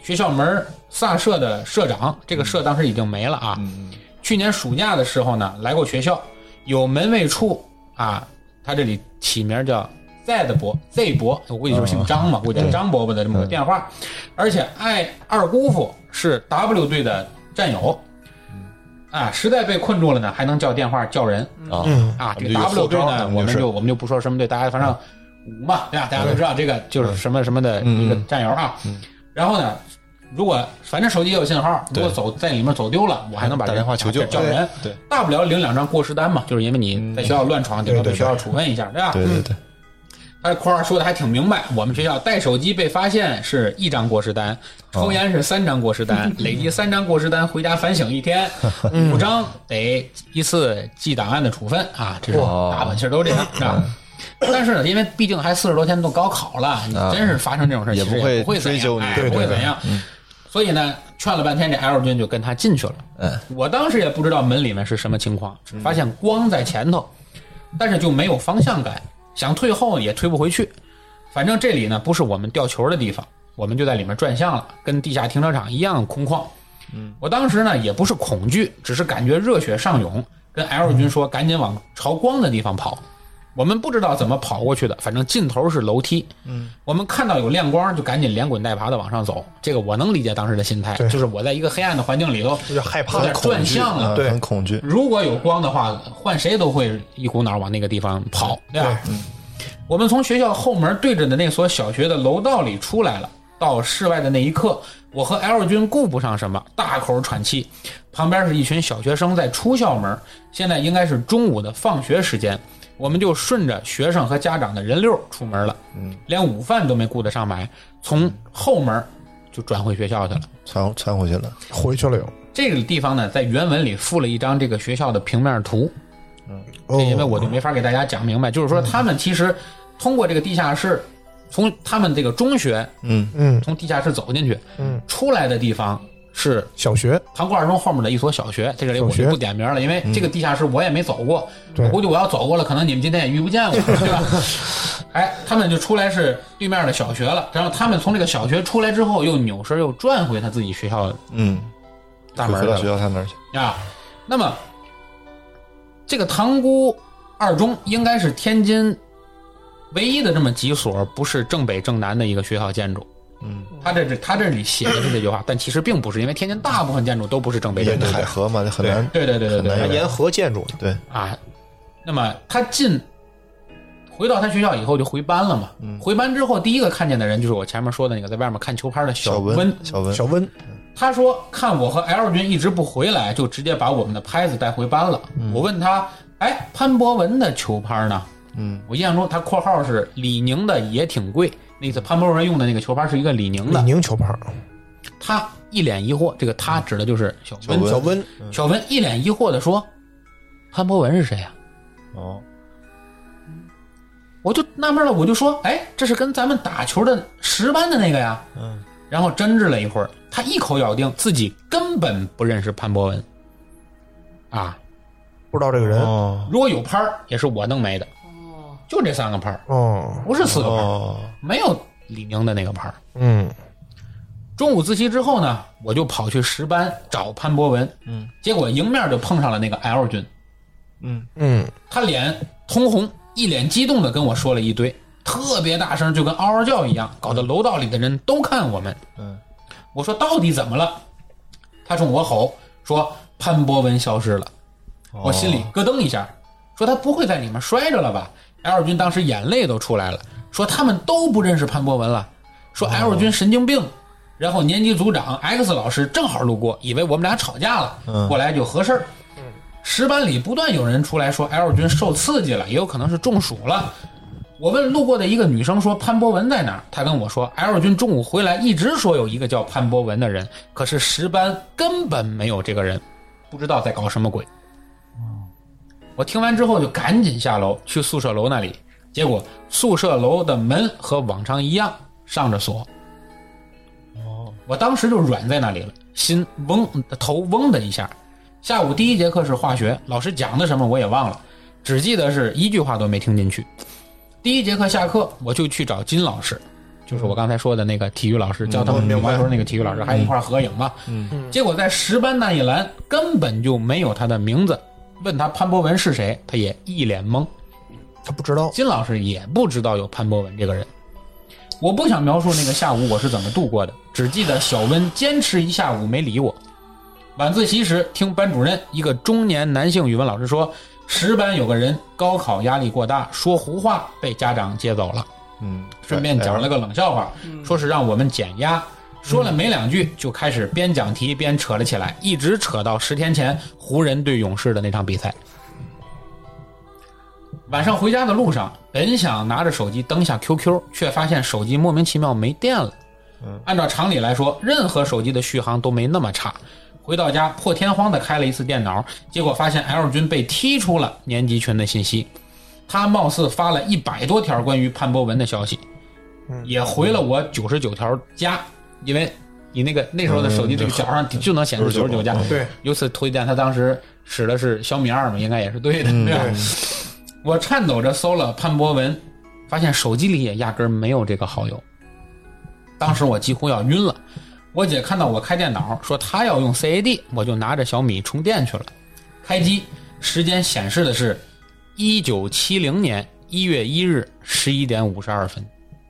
学校门儿萨社的社长，这个社当时已经没了啊。嗯去年暑假的时候呢，来过学校，有门卫处啊，他这里起名叫 Z 伯 Z 伯，我估计就是姓张嘛，估计叫张伯伯的这么个电话。而且爱二姑父是 W 队的战友，啊，实在被困住了呢，还能叫电话叫人啊嗯啊。这就个有 W 后队招呢，我就们是就我们就不说什么队，大家反正五嘛，对吧？大家都知道这个就是什么什么的嗯一个战友啊。然后呢，如果反正手机也有信号，如果对走在里面走丢了，我还能把打人啊电话求救叫人，对嗯对，大不了领两张过失单嘛，就是因为你在学校乱闯，得要被学校处分一下，对吧？对对对，他括号说的还挺明白，我们学校带手机被发现是一张过失单，抽烟是三张过失单，累计三张过失单，回家反省一天，五张得依次记档案的处分啊，这是哇大本其实都这样，啊是吧？但是呢，因为毕竟还四十多天都高考了，你啊真是发生这种事儿，也其实不会也不会怎追究样，你哎对不会对嗯怎样。所以呢，劝了半天，这 L 君就跟他进去了。嗯，我当时也不知道门里面是什么情况，只发现光在前头，但是就没有方向感，想退后也退不回去。反正这里呢不是我们吊球的地方，我们就在里面转向了，跟地下停车场一样空旷。嗯，我当时呢也不是恐惧，只是感觉热血上涌，跟 L 君说赶紧往朝光的地方跑。我们不知道怎么跑过去的，反正尽头是楼梯。嗯，我们看到有亮光，就赶紧连滚带爬的往上走。这个我能理解当时的心态，对就是我在一个黑暗的环境里头，有点害怕有点恐啊转向了。嗯对啊很恐惧， 如果有光的话，换谁都会一股脑往那个地方跑，对吧？我们从学校后门对着的那所小学的楼道里出来了，到室外的那一刻，我和 L 君顾不上什么，大口喘气。旁边是一群小学生在出校门，现在应该是中午的放学时间，我们就顺着学生和家长的人溜出门了，连午饭都没顾得上买，从后门就转回学校去了。窜窜回去了，回去了又。这个地方呢，在原文里附了一张这个学校的平面图，哦，因为我就没法给大家讲明白，嗯就是说他们其实通过这个地下室，从他们这个中学嗯嗯从地下室走进去，嗯，出来的地方是小学塘沽二中后面的一所小学，这个里我小就学不点名了，因嗯为这个地下室我也没走过，对我估计我要走过了，可能你们今天也遇不见我，对吧？ 哎，他们就出来是对面的小学了，然后他们从这个小学出来之后，又扭身又转回他自己学校嗯，大回门来到了学。校他那儿去，啊。那么，这个塘沽二中应该是天津唯一的这么几所不是正北正南的一个学校建筑。嗯，他这这他这里写的是这句话，但其实并不是，因为天津大部分建筑都不是正北正沿着南海的。河嘛，很难，对对对对很对难对沿河建筑的，对，啊。那么他进回到他学校以后就回班了嘛。嗯回班之后，第一个看见的人就是我前面说的那个在外面看球拍的小温文，小文，小温他说看我和 L 君一直不回来，就直接把我们的拍子带回班了。我问他，哎，潘博文的球拍呢？嗯，我印象中他括号是李宁的也挺贵，那次潘博文用的那个球拍是一个李宁李的。宁球拍，啊他一脸疑惑，这个他指的就是小嗯小温。温小温小温一脸疑惑的说：“潘博文是谁呀、哦，我就纳闷了，我就说，哎，这是跟咱们打球的十班的那个呀。嗯，然后争执了一会儿，他一口咬定自己根本不认识潘博文。啊，不知道这个人哦，如果有拍儿，也是我弄没的，哦，就这三个拍儿，哦，不是四个拍儿，哦，没有李宁的那个拍儿。嗯中午自习之后呢，我就跑去十班找潘博文，嗯，结果迎面就碰上了那个 L 君，嗯，嗯他脸通红，一脸激动的跟我说了一堆，特别大声，就跟嗷嗷叫一样，搞得楼道里的人都看我们。嗯，我说到底怎么了？他冲我吼说潘博文消失了，我心里咯噔一下，说他不会在里面摔着了吧？L 君当时眼泪都出来了，说他们都不认识潘博文了，说 L 君神经病。然后年级组长 X 老师正好路过，以为我们俩吵架了，过来就合事儿。十班里不断有人出来说 L 君受刺激了，也有可能是中暑了。我问路过的一个女生说潘博文在哪儿，她跟我说 L 君中午回来一直说有一个叫潘博文的人，可是十班根本没有这个人，不知道在搞什么鬼。我听完之后就赶紧下楼去宿舍楼那里，结果宿舍楼的门和往常一样上着锁。我当时就软在那里了，心嗡头嗡的一下。下午第一节课是化学，老师讲的什么我也忘了，只记得是一句话都没听进去。第一节课下课，我就去找金老师，就是我刚才说的那个体育老师，教他们羽毛球那个体育老师，还一块儿合影嘛。嗯结果在十班那一栏根本就没有他的名字，问他潘博文是谁，他也一脸懵。他不知道，金老师也不知道有潘博文这个人。我不想描述那个下午我是怎么度过的，只记得小温坚持一下午没理我。晚自习时，听班主任一个中年男性语文老师说，十班有个人高考压力过大，说胡话被家长接走了，嗯，顺便讲了个冷笑话，嗯说是让我们减压。说了没两句，就开始边讲题边扯了起来，一直扯到十天前湖人对勇士的那场比赛。晚上回家的路上，本想拿着手机登下 QQ，却发现手机莫名其妙没电了。按照常理来说，任何手机的续航都没那么差。回到家，破天荒的开了一次电脑，结果发现 L 君被踢出了年级群的信息。他貌似发了一百多条关于潘博文的消息，也回了我九十九条加，因为你那个那时候的手机这个角上就能显示九十九加。嗯对，由此推荐他当时使的是小米二嘛，应该也是对的，对吧？我颤抖着搜了潘博文，发现手机里也压根儿没有这个好友。当时我几乎要晕了。我姐看到我开电脑，说她要用 CAD，我就拿着小米充电去了。开机时间显示的是一九七零年一月一日十一点五十二分。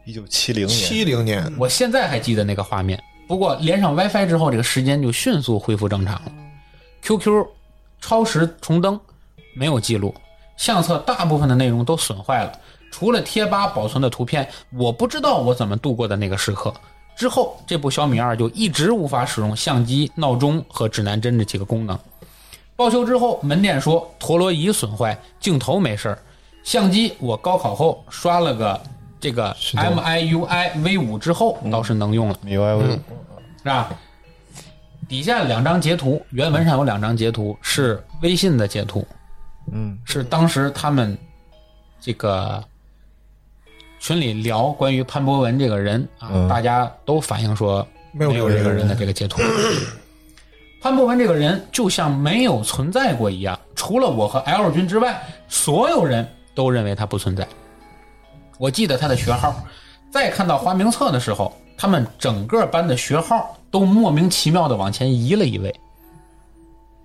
一九七零年，七零年，我现在还记得那个画面，不过连上 WiFi 之后，这个时间就迅速恢复正常了。QQ 超时重登没有记录，相册大部分的内容都损坏了，除了贴吧保存的图片，我不知道我怎么度过的那个时刻。之后，这部小米二就一直无法使用相机、闹钟和指南针这几个功能。报修之后，门店说陀螺仪损坏，镜头没事儿。相机我高考后刷了个这个 MIUI V 五之后倒是能用了，明白吗？是吧？底下两张截图，原文上有两张截图是微信的截图，嗯，是当时他们这个群里聊关于潘博文这个人啊，嗯大家都反映说没有这这个个人人的这个截图。潘博文这个人就像没有存在过一样，除了我和 L 君之外，所有人都认为他不存在。我记得他的学号，在看到花名册的时候，他们整个班的学号都莫名其妙的往前移了一位。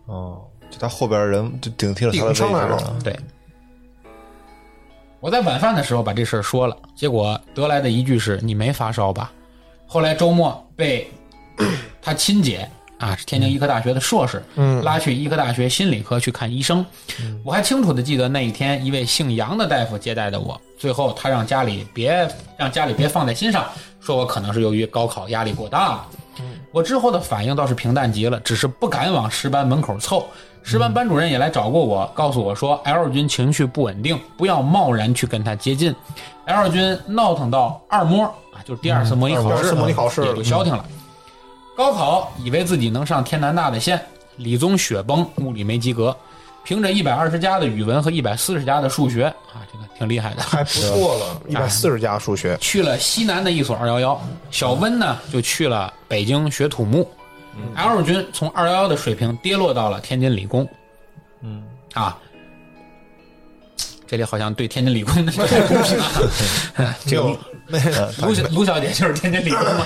哦，就他后边人就顶替了他的顶位置上来了，对，我在晚饭的时候把这事儿说了，结果得来的一句是“你没发烧吧？”后来周末被他亲姐啊，是天津医科大学的硕士，嗯拉去医科大学心理科去看医生。我还清楚的记得那一天，一位姓杨的大夫接待的我，最后他让家里别让家里别放在心上，说我可能是由于高考压力过大了。嗯我之后的反应倒是平淡极了，只是不敢往十班门口凑。十班班主任也来找过我，告诉我说嗯 L 君情绪不稳定，不要贸然去跟他接近。L 君闹腾到二模啊，就是第二次模拟考二试次了，模拟考试也就消停了。高考以为自己能上天南大的线，理综雪崩，物理没及格，凭着一百二十加的语文和一百四十加的数学啊，这个挺厉害的，还不错了，一百四十加数学，去了西南的一所二幺幺，小温呢就去了北京学土木、l 军从二幺幺的水平跌落到了天津理工，嗯啊，这里好像对天津理工的 没有没卢小卢小姐 就是天津理工嘛。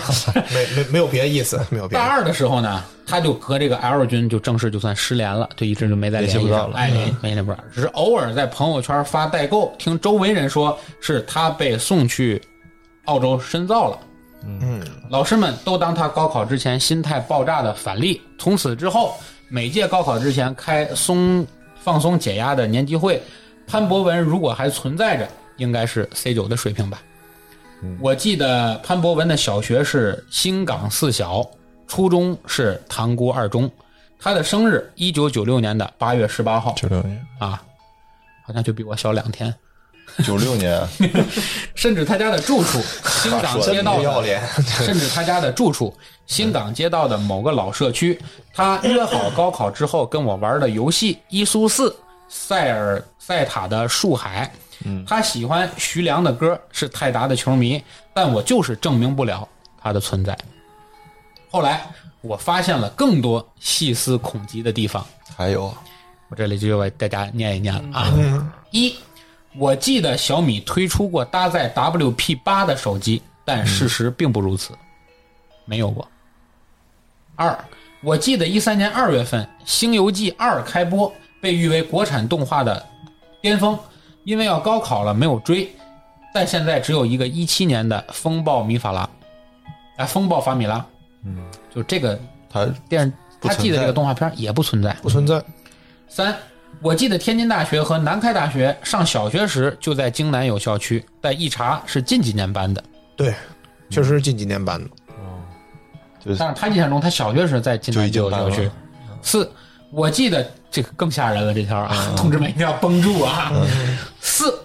没没没有别的意思， 没有别大的。二的时候呢，他就和这个 L 君就正式就算失联了，就一直就没再联系联系不上到了哎，联没联系不上，只是偶尔在朋友圈发代购，听周围人说是他被送去澳洲深造了。嗯，老师们都当他高考之前心态爆炸的反例。从此之后，每届高考之前开松放松解压的年级会，潘博文如果还存在着，应该是 C 九的水平吧。我记得潘博文的小学是新港四小，初中是塘沽二中，他的生日一九九六年的八月十八号九六年，啊，好像就比我小两天。九 六年，甚至他家的住处，新港街道啊不要的，脸，甚至他家的住处，新港街道的某个老社区，他约好高考之后跟我玩的游戏《一宿四》《塞尔塞塔的树海》。他喜欢徐良的歌，是泰达的球迷，但我就是证明不了他的存在。后来我发现了更多细思恐极的地方，还有我这里就为大家念一念了啊。一，我记得小米推出过搭载 WP 八的手机，但事实并不如此，没有过。二，我记得一三年二月份《星游记二》开播，被誉为国产动画的巅峰，因为要高考了没有追，但现在只有一个一七年的《风暴米法拉》，啊，《风暴法米拉》，嗯，就这个他电，不他存记得这在个动画片也不存在，不存在。三，我记得天津大学和南开大学上小学时就在京南有校区，但一查是近几年搬的。对，确实是近几年搬的。但是他印象中，他小学时在京南有校就已区经。四，我记得这个更吓人了，这条啊，嗯 同志们一定要绷住啊。 四，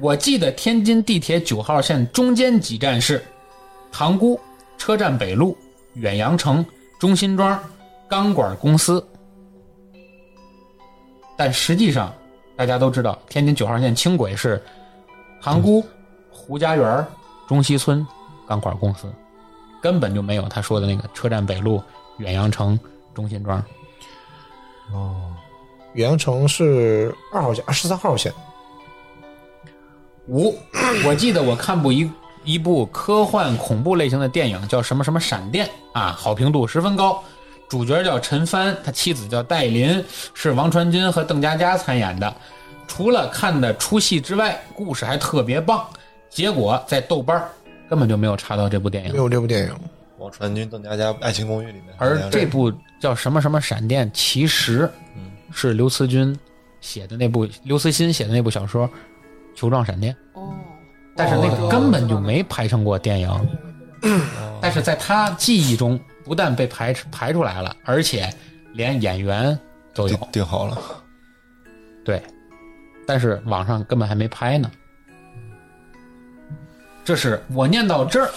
我记得天津地铁九号线中间几站是塘沽车站北路、远洋城、中心庄、钢管公司。但实际上，大家都知道，天津九号线轻轨是塘沽、胡家园、中西村、钢管公司，根本就没有他说的那个车站北路、远洋城、中心庄。远洋城是二号线，十三号线。五，我记得我看过一一部科幻恐怖类型的电影，叫什么什么闪电啊，好评度十分高。主角叫陈帆，他妻子叫戴琳，是王传君和邓家佳参演的。除了看的出戏之外，故事还特别棒。结果在豆瓣儿根本就没有查到这部电没影，有这部电影，王传君、邓家佳《爱情公寓》里面，而这部叫什么什么闪电，其实是刘慈军写的那部刘慈欣写的那部小说《球状闪电》。哦，但是那个根本就没拍成过电影。 但是在他记忆中，不但被排排出来了，而且连演员都定有。定好了，对，但是网上根本还没拍呢。这是我念到这儿，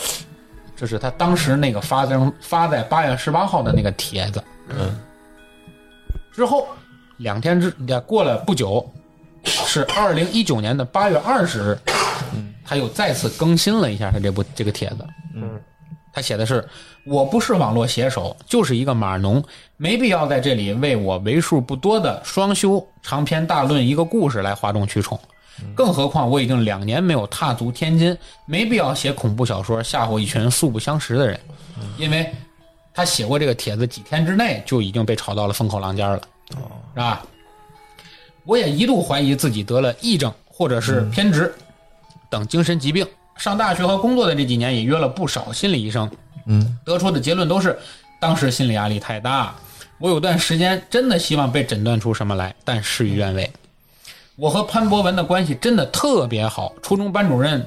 这是他当时那个发在发在八月十八号的那个帖子。嗯，之后两天之也过了不久，是二零一九年的八月二十日，他又再次更新了一下他这部这个帖子。嗯，他写的是：“我不是网络写手，就是一个码农，没必要在这里为我为数不多的双休长篇大论一个故事来哗众取宠。更何况我已经两年没有踏足天津，没必要写恐怖小说吓唬一群素不相识的人。因为他写过这个帖子，几天之内就已经被炒到了风口浪尖了，是吧？我也一度怀疑自己得了癔症或者是偏执等精神疾病。上大学和工作的这几年，也约了不少心理医生，嗯，得出的结论都是当时心理压力太大。我有段时间真的希望被诊断出什么来，但事与愿违。我和潘博文的关系真的特别好，初中班主任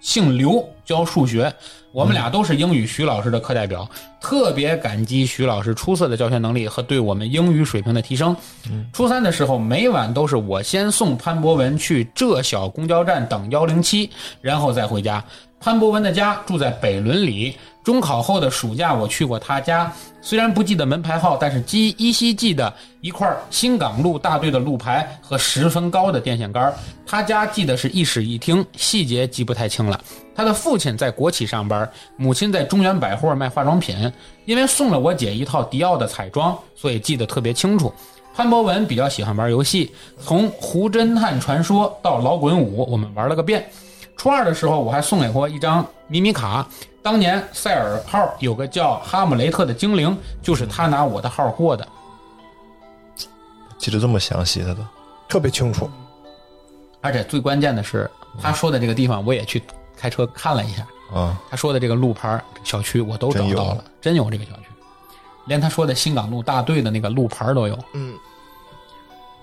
姓刘，教数学，我们俩都是英语徐老师的课代表，特别感激徐老师出色的教学能力和对我们英语水平的提升。初三的时候，每晚都是我先送潘博文去浙小公交站等幺零七，然后再回家。潘博文的家住在北仑里。中考后的暑假，我去过他家，虽然不记得门牌号，但是记依稀记得一块新港路大队的路牌和十分高的电线杆儿。他家记得是一室一厅，细节记不太清了。他的父亲在国企上班，母亲在中原百货卖化妆品。因为送了我姐一套迪奥的彩妆，所以记得特别清楚。潘博文比较喜欢玩游戏，从《胡侦探传说》到《老滚五》，我们玩了个遍。初二的时候，我还送给过一张迷你卡。当年塞尔号有个叫哈姆雷特的精灵，就是他拿我的号过的。记得这么详细，他都特别清楚。而且最关键的是，他说的这个地方我也去开车看了一下，啊，他说的这个路牌儿小区我都找真有到了，真有这个小区，连他说的新港路大队的那个路牌儿都有。嗯，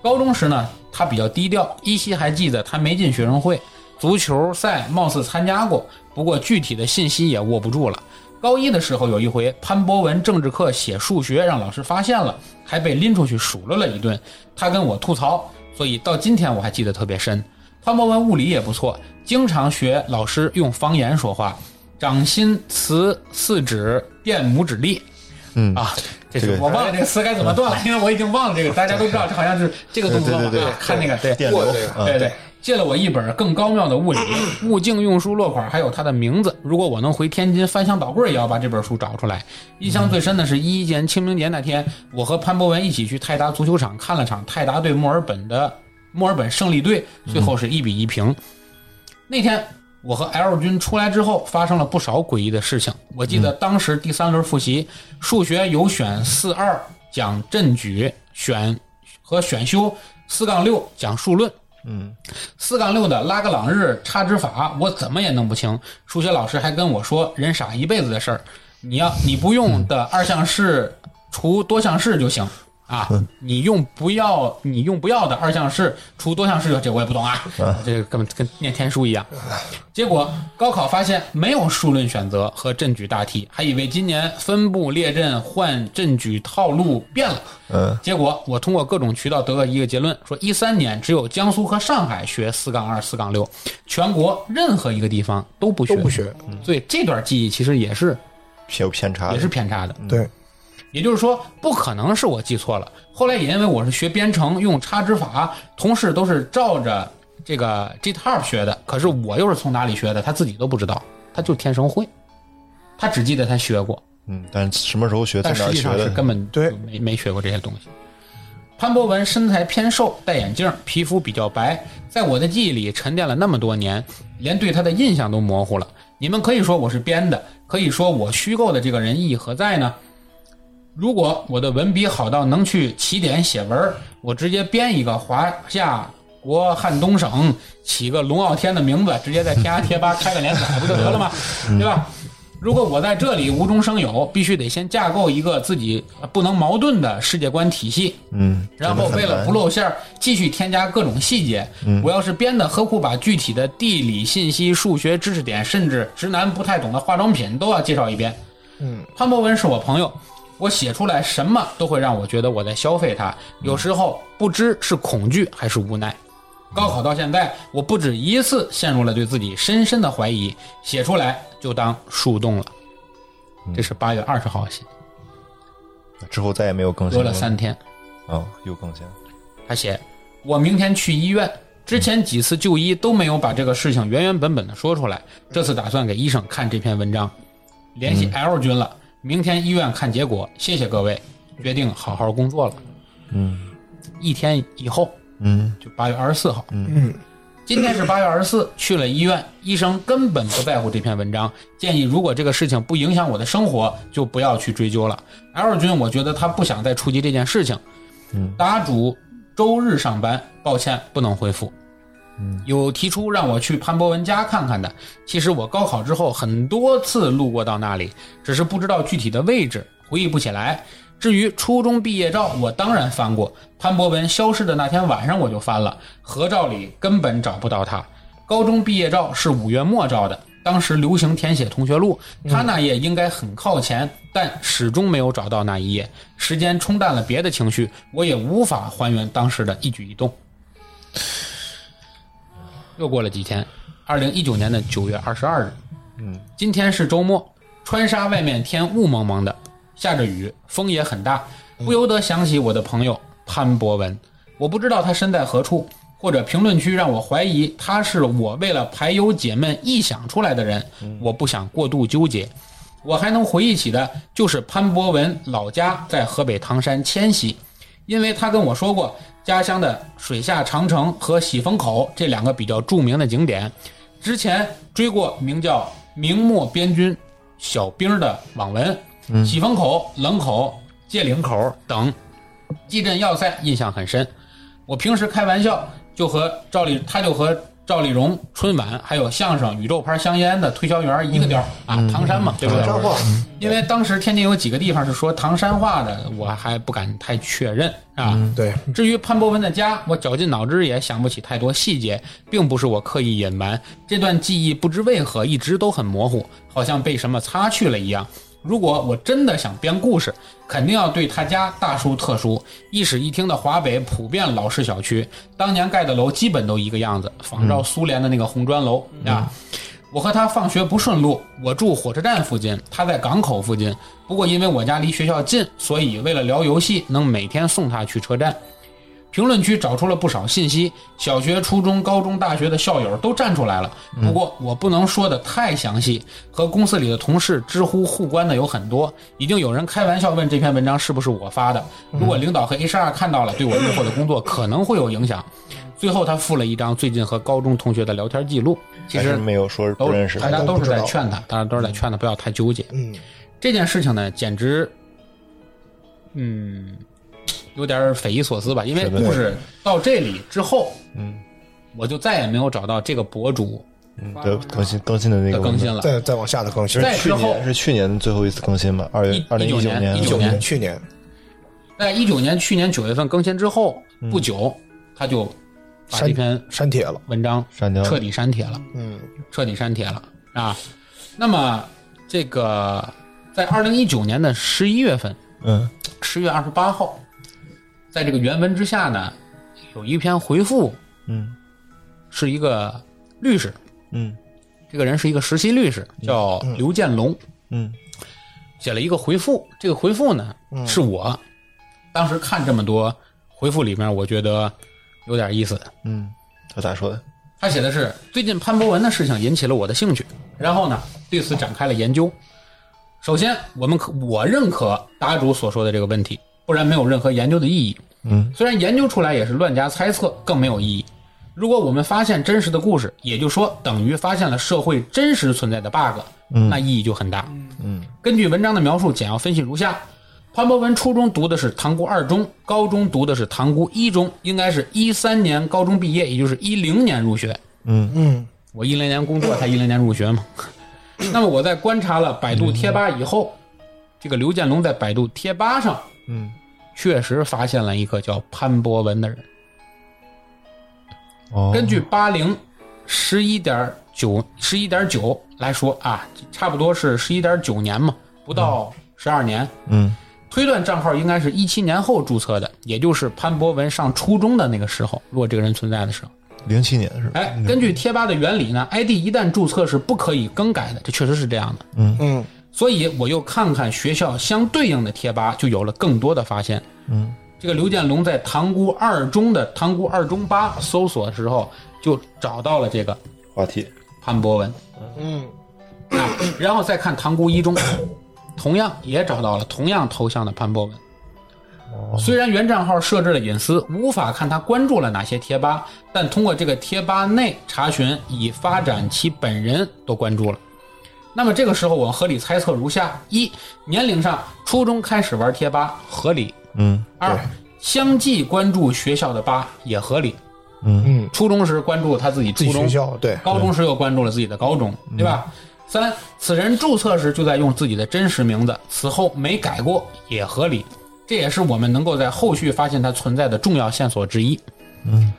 高中时呢，他比较低调，依稀还记得他没进学生会，足球赛貌似参加过，不过具体的信息也握不住了。高一的时候有一回，潘博文政治课写数学让老师发现了，还被拎出去数落了一顿，他跟我吐槽，所以到今天我还记得特别深。潘博文物理也不错，经常学老师用方言说话，掌心词四指垫拇指力。嗯啊，这这是个我忘了这个词该怎么 断了，因为我已经忘了这个，大家都知道，这好像是这个动作嘛，对对对啊看那个对。电流过这个，嗯对对，借了我一本更高妙的物理，物境用书落款还有他的名字。如果我能回天津翻箱倒柜，也要把这本书找出来。印象最深的是一一年清明节那天，我和潘博文一起去泰达足球场看了场泰达对墨尔本的墨尔本胜利队，最后是一比一平。那天我和 L 君出来之后，发生了不少诡异的事情。我记得当时第三轮复习，数学有选四二讲振举，选和选修四杠六讲数论。嗯，四杠六的拉格朗日差之法，我怎么也弄不清。数学老师还跟我说，人傻一辈子的事儿，你要你不用的二项式除多项式就行啊，你用不要你用不要的二项式除多项式就，这我也不懂啊，这个根本跟念天书一样。结果高考发现没有数论选择和阵举大题，还以为今年分布列阵换阵举套路变了。嗯，结果我通过各种渠道得到一个结论，说一三年只有江苏和上海学四杠二、四杠六，全国任何一个地方都不学。都不学，所以这段记忆其实也是有偏差的也是偏差的。对，也就是说，不可能是我记错了。后来也因为我是学编程，用差值法，同事都是照着这个 GitHub 学的，可是我又是从哪里学的，他自己都不知道，他就天生会，他只记得他学过，嗯，但什么时候学，在但哪实儿际学上是的？根本对就没没学过这些东西。潘博文身材偏瘦，戴眼镜，皮肤比较白，在我的记忆里沉淀了那么多年，连对他的印象都模糊了。你们可以说我是编的，可以说我虚构的这个人意义何在呢？如果我的文笔好到能去起点写文儿，我直接编一个华夏国汉东省，起个龙傲天的名字，直接在天涯贴吧开个连载 不就得了吗？对吧？如果我在这里无中生有，必须得先架构一个自己呃不能矛盾的世界观体系，嗯，然后真的为很了难嗯不露馅儿，继续添加各种细节。我要是编的，何苦把具体的地理信息、数学知识点，甚至直男不太懂的化妆品都要介绍一遍？嗯，潘博文是我朋友，我写出来什么都会让我觉得我在消费嗯他，有时候不知是恐惧还是无奈。嗯高考到现在，我不止一次陷入了对自己深深的怀疑，写出来就当树洞了。这是八月二十号写，之后再也没有更新隔了三天。啊，又更新，他写：“我明天去医院。之前几次就医都没有把这个事情原原本本的说出来，这次打算给医生看这篇文章，联嗯系 L 君了。明天医院看结果。谢谢各位，决定好好工作了。”嗯一天以后，嗯就八月二十四号。嗯，今天是八月二十四，去了医院，医生根本不在乎这篇文章，建议如果这个事情不影响我的生活，就不要去追究了。L 君，我觉得他不想再触及这件事情。嗯，答主周日上班，抱歉不能回复。有提出让我去潘博文家看看的。其实我高考之后很多次路过到那里，只是不知道具体的位置，回忆不起来。至于初中毕业照，我当然翻过。潘博文消失的那天晚上我就翻了，合照里根本找不到他。高中毕业照是五月末照的，当时流行填写同学录，他那页应该很靠前，但始终没有找到那一页。时间冲淡了别的情绪，我也无法还原当时的一举一动。又过了几天，二零一九年的九月二十二日，嗯，今天是周末，川沙外面天雾蒙蒙的，下着雨，风也很大，不由得想起我的朋友潘博文，我不知道他身在何处，或者评论区让我怀疑他是我为了排忧解闷臆想出来的人，我不想过度纠结。我还能回忆起的就是潘博文老家在河北唐山迁徙，因为他跟我说过，家乡的水下长城和喜峰口这两个比较著名的景点，之前追过名叫明末边军小兵的网文，喜峰口、冷口、界岭口等地震要塞印象很深。我平时开玩笑就和赵丽，他就和赵丽蓉春晚，还有相声宇宙牌香烟的推销员一个调儿啊，唐山嘛，对不对？张晃因为当时天津有几个地方是说唐山话的，我还不敢太确认啊。对，至于潘博文的家，我绞尽脑汁也想不起太多细节，并不是我刻意隐瞒，这段记忆不知为何一直都很模糊，好像被什么擦去了一样。如果我真的想编故事，肯定要对他家大书特书。一室一厅的华北普遍老式小区，当年盖的楼基本都一个样子，仿照苏联的那个红砖楼、啊。我和他放学不顺路，我住火车站附近，他在港口附近。不过因为我家离学校近，所以为了聊游戏，能每天送他去车站。评论区找出了不少信息，小学、初中、高中、大学的校友都站出来了。不过我不能说的太详细，和公司里的同事、知乎互关的有很多。已经有人开玩笑问这篇文章是不是我发的，如果领导和 HR 看到了，对我日后的工作可能会有影响。最后他附了一张最近和高中同学的聊天记录，其还是实没有说都不认识，大家都都不是知在道劝他，大家都是在劝他不要太纠结。嗯，这件事情呢，简直，嗯，有点匪夷所思吧。因为是的故事到这里之后，嗯，我就再也没有找到这个博主嗯对更新更新的那的个更新文了。再再往下的更新，再章，去之后年是去年最后一次更新吧，二一月二零19年九19年年去年在一九年去年九月份更新之后嗯不久，他就把删这篇删帖了，文章删掉了彻底删帖了，嗯，彻底删帖了啊。那么这个在二零一九年的十一月份，嗯十月二十八号，在这个原文之下呢，有一篇回复嗯是一个律师，嗯这个人是一个实习律师，叫刘建龙，嗯写了一个回复。这个回复呢，是我当时看这么多回复里面，我觉得有点意思的。嗯，他咋说的？他写的是最近潘博文的事情引起了我的兴趣，然后呢，对此展开了研究。首先，我们可我认可答主所说的这个问题，不然没有任何研究的意义。嗯，虽然研究出来也是乱加猜测，更没有意义。如果我们发现真实的故事，也就说等于发现了社会真实存在的 bug，那意义就很大。嗯，根据文章的描述，简要分析如下：潘博文初中读的是塘沽二中，高中读的是塘沽一中，应该是一三年高中毕业，也就是一零年入学。嗯嗯，我一零年工作，他一零年入学嘛。那么我在观察了百度贴吧以后，这个刘建龙在百度贴吧上，嗯，确实发现了一个叫潘博文的人。哦，根据八零十一点九十一点九来说啊，差不多是十一点九年嘛，不到十二年。嗯推断账号应该是一七年后注册的，也就是潘博文上初中的那个时候，如果这个人存在的嗯时候。零七年是吧？哎，根据贴吧的原理呢，ID 一旦注册是不可以更改的，这确实是这样的。嗯嗯，所以我又看看学校相对应的贴吧，就有了更多的发现。嗯，这个刘建龙在塘沽二中的塘沽二中吧搜索的时候，就找到了这个话题，潘博文。嗯，啊，然后再看塘沽一中， 同样也找到了同样头像的潘博文。哦虽然原账号设置了隐私，无法看他关注了哪些贴吧，但通过这个贴吧内查询，已发展其本人都关注了。那么这个时候，我合理猜测如下：一、年龄上，初中开始玩贴吧合理；嗯二、相继关注学校的吧也合理。嗯嗯，初中时关注他自己自己初中学校对，高中时又关注了自己的高中，对吧？三，此人注册时就在用自己的真实名字，此后没改过也合理，这也是我们能够在后续发现他存在的重要线索之一。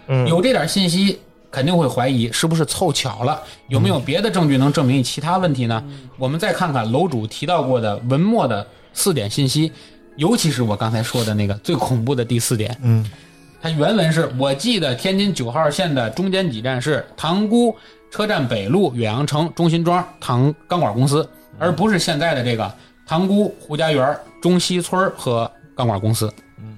嗯，有这点信息。肯定会怀疑是不是凑巧了，有没有别的证据能证明其他问题呢？我们再看看楼主提到过的文末的四点信息，尤其是我刚才说的那个最恐怖的第四点，嗯它原文是我记得天津九号线的中间几站是塘沽车站北路、远洋城、中心庄、糖钢管公司，而不是现在的这个塘沽胡家园、中西村和钢管公司。嗯，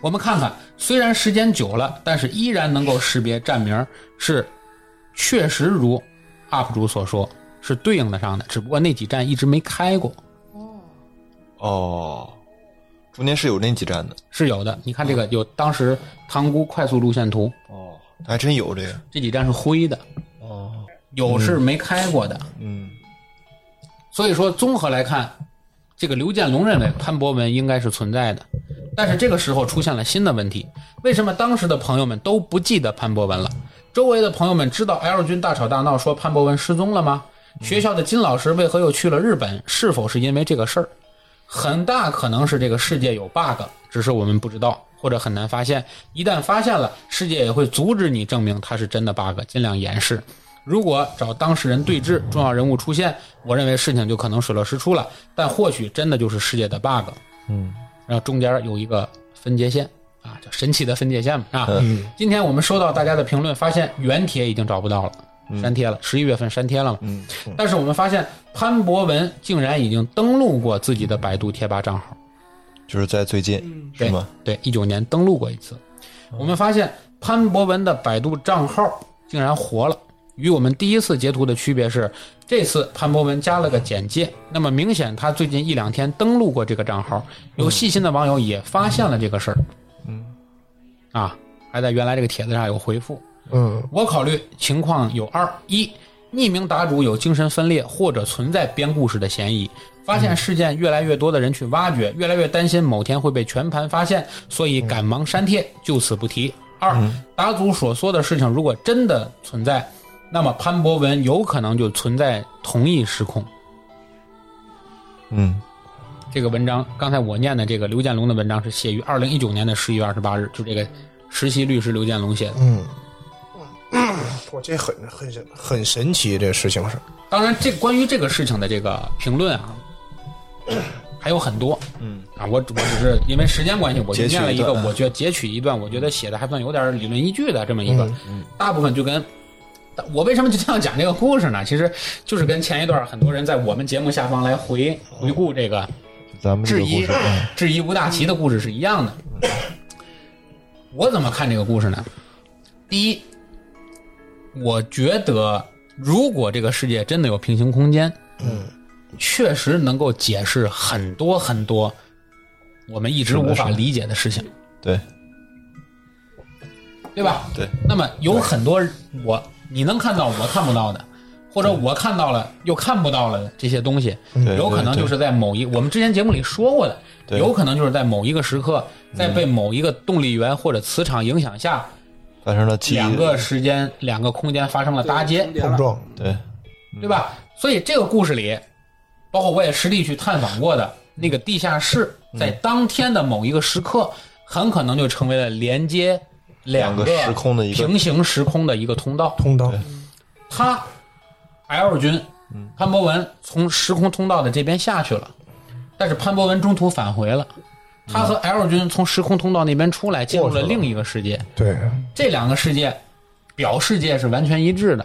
我们看看，虽然时间久了，但是依然能够识别站名，是确实如 UP 主所说是对应得上的，只不过那几站一直没开过。哦，中间是有那几站的是有的，你看这个有当时塘沽快速路线图，哦，还真有这个这几站是灰的，哦，有是没开过的。嗯所以说，综合来看，这个刘建龙认为潘博文应该是存在的，但是这个时候出现了新的问题：为什么当时的朋友们都不记得潘博文了？周围的朋友们知道 L 军大吵大闹说潘博文失踪了吗？学校的金老师为何又去了日本？是否是因为这个事儿？很大可能是这个世界有 bug，只是我们不知道或者很难发现。一旦发现了，世界也会阻止你证明它是真的 bug，尽量掩饰。如果找当事人对峙，重要人物出现，我认为事情就可能水落石出了。但或许真的就是世界的 bug，嗯，然啊后中间有一个分界线啊，叫神奇的分界线嘛啊。今天我们收到大家的评论，发现原帖已经找不到了，删帖了。十一月份删帖了嘛，嗯嗯但是我们发现潘博文竟然已经登录过自己的百度贴吧账号，就是在最近嗯，是吗？对，一九年登录过一次。我们发现潘博文的百度账号竟然活了。与我们第一次截图的区别是，这次潘博文加了个简介，那么明显他最近一两天登录过这个账号，有细心的网友也发现了这个事儿，嗯，啊，还在原来这个帖子上有回复，嗯我考虑情况有二：一，匿名答主有精神分裂或者存在编故事的嫌疑。发现事件越来越多的人去挖掘，越来越担心某天会被全盘发现，所以赶忙删帖，就此不提。二，答主所说的事情如果真的存在，那么潘博文有可能就存在同一时空。嗯这个文章，刚才我念的这个刘建龙的文章是写于二零一九年的十一月二十八日，就这个实习律师刘建龙写的。嗯，我这很很神很神奇，这事情是，当然，这关于这个事情的这个评论啊，还有很多。嗯啊，我只我只是因为时间关系，我就截取念了一一个，段嗯我觉得截取一段，我觉得写的还算有点理论依据的这么一嗯个，大部分就跟。我为什么就这样讲这个故事呢？其实就是跟前一段很多人在我们节目下方来回回顾这个咱们这质个故疑事，嗯质疑吴大奇的故事是一样的。我怎么看这个故事呢？第一，我觉得如果这个世界真的有平行空间，嗯，确实能够解释很多很多我们一直无法理解的事情，对对吧？对，那么有很多我你能看到我看不到的，或者嗯我看到了又看不到了的这些东西，对有可能就是在某一我们之前节目里说过的，对嗯有可能就是在某一个时刻，在被某一个动力源或者磁场影响下，发生了记忆，两个时间、两个空间发生了搭接重，叠碰了，撞，对对吧？所以这个故事里，包括我也实地去探访过嗯的那个地下室，在当天的某一个时刻，很可能就成为了连接两两个时空的一个平行时空的一个通道。通道，他 L 军，潘博文从时空通道的这边下去了，但是潘博文中途返回了，他和 L 军从时空通道那边出来，进入了另一个世界。对，这两个世界，表世界是完全一致的，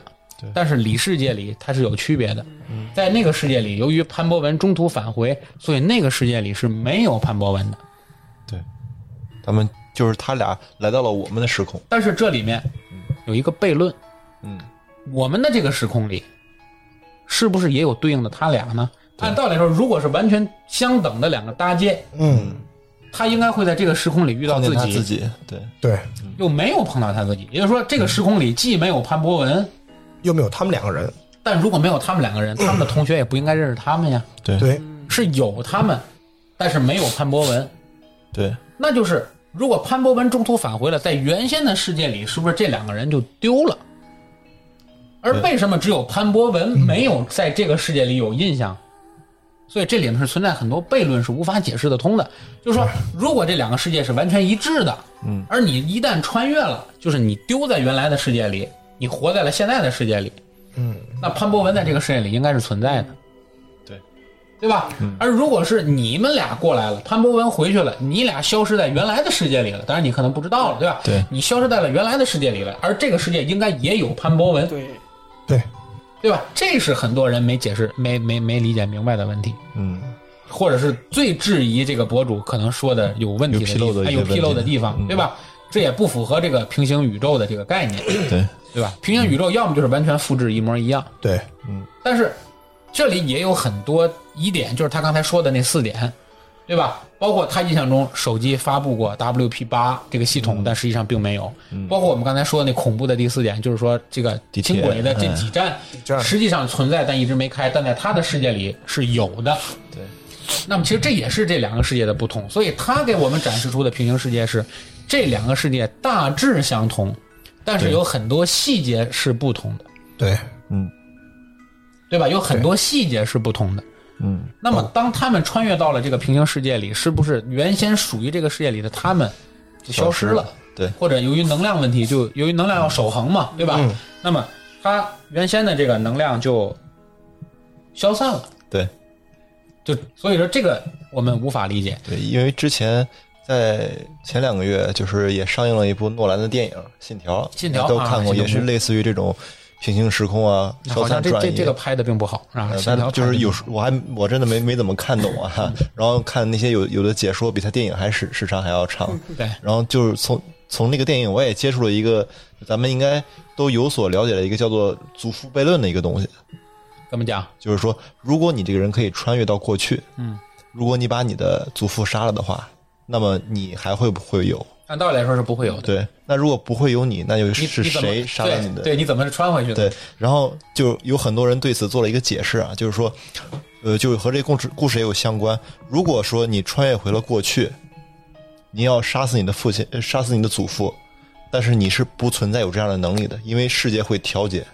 但是里世界里它是有区别的。在那个世界里，由于潘博文中途返回，所以那个世界里是没有潘博文的。对，他们就是他俩来到了我们的时空，但是这里面有一个悖论，嗯，我们的这个时空里，是不是也有对应的他俩呢？按道理说，如果是完全相等的两个搭接，嗯，他应该会在这个时空里遇到碰见自他己，自己，对对，又没有碰到他自己。也就是说，这个时空里既没有潘博文，又没有他们两个人，但如果没有他们两个 人，他们的同学也不应该认识他们呀。对对，是有他们，但是没有潘博文，对那就是如果潘博文中途返回了，在原先的世界里，是不是这两个人就丢了？而对嗯为什么只有潘博文没有在这个世界里有印象？所以这里面是存在很多悖论，是无法解释得通的。就是说，如果这两个世界是完全一致的，嗯，而你一旦穿越了，就是你丢在原来的世界里，你活在了现在的世界里，嗯，那潘博文在这个世界里应该是存在的，对，嗯对吧？而如果是你们俩过来了，潘博文回去了，你俩消失在原来的世界里了，当然你可能不知道了，对吧？对你消失在了原来的世界里了，而这个世界应该也有潘博文，对，对，对吧？这是很多人没解释、没没没理解明白的问题，嗯，或者是最质疑这个博主可能说的有问题的地有纰漏的哎一些有问纰题漏的地方，嗯对吧？这也不符合这个平行宇宙的这个概念，对对吧？平行宇宙要么就是完全复制一模一样，对，但是这里也有很多疑点，就是他刚才说的那四点，对吧？包括他印象中手机发布过 WP 八这个系统，但实际上并没有。包括我们刚才说的那恐怖的第四点，就是说这个地铁轻轨的这几站站实际上存在，但一直没开，但在他的世界里是有的。对，那么其实这也是这两个世界的不同，所以他给我们展示出的平行世界是这两个世界大致相同，但是有很多细节是不同的，对，嗯对吧？有很多细节是不同的。嗯那么，当他们穿越到了这个平行世界里，是不是原先属于这个世界里的他们就消失了？对，或者由于能量问题，就由于能量要守恒嘛，对吧？嗯那么它原先的这个能量就消散了，对就所以说这个我们无法理解。对，因为之前在前两个月就是也上映了一部诺兰的电影《信条》，信条都啊看过，信条也是类似于这种平行时空啊、消好像散这转这移这。个拍的并不好啊，呃信条但就拍是得有时我还我真的没没怎么看懂 啊，然后看那些有有的解说比他电影还时时长还要长，对然后就是从从那个电影我也接触了一个咱们应该都有所了解的一个叫做祖父悖论的一个东西，怎么讲？就是说，如果你这个人可以穿越到过去，嗯，如果你把你的祖父杀了的话，那么你还会不会有？按道理来说是不会有的。对，那如果不会有你，那就你是你怎么谁杀了对你的？对，你怎么是穿回去的？对，然后就有很多人对此做了一个解释啊，就是说，呃，就是和这故事故事也有相关。如果说你穿越回了过去，你要杀死你的父亲，呃杀死你的祖父，但是你是不存在有这样的能力的，因为世界会调节，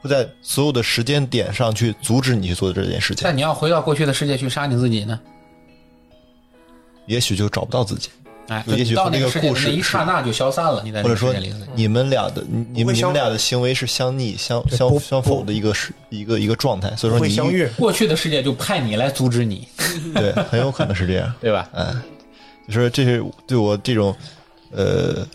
会在所有的时间点上去阻止你去做这件事情但，你要回到过去的世界去杀你自己呢？也许就找不到自己，哎，就也许到那那个世界的故事那一刹那就消散了，你在那或个者世说界里。你们俩的你你嗯会们你相们俩的行为是相逆相对相不相否的一个是一个一个状态，所以说会你相遇遇，过去的世界就派你来阻止你，嗯对，很有可能是这样。 对吧？哎，就是这是对我这种呃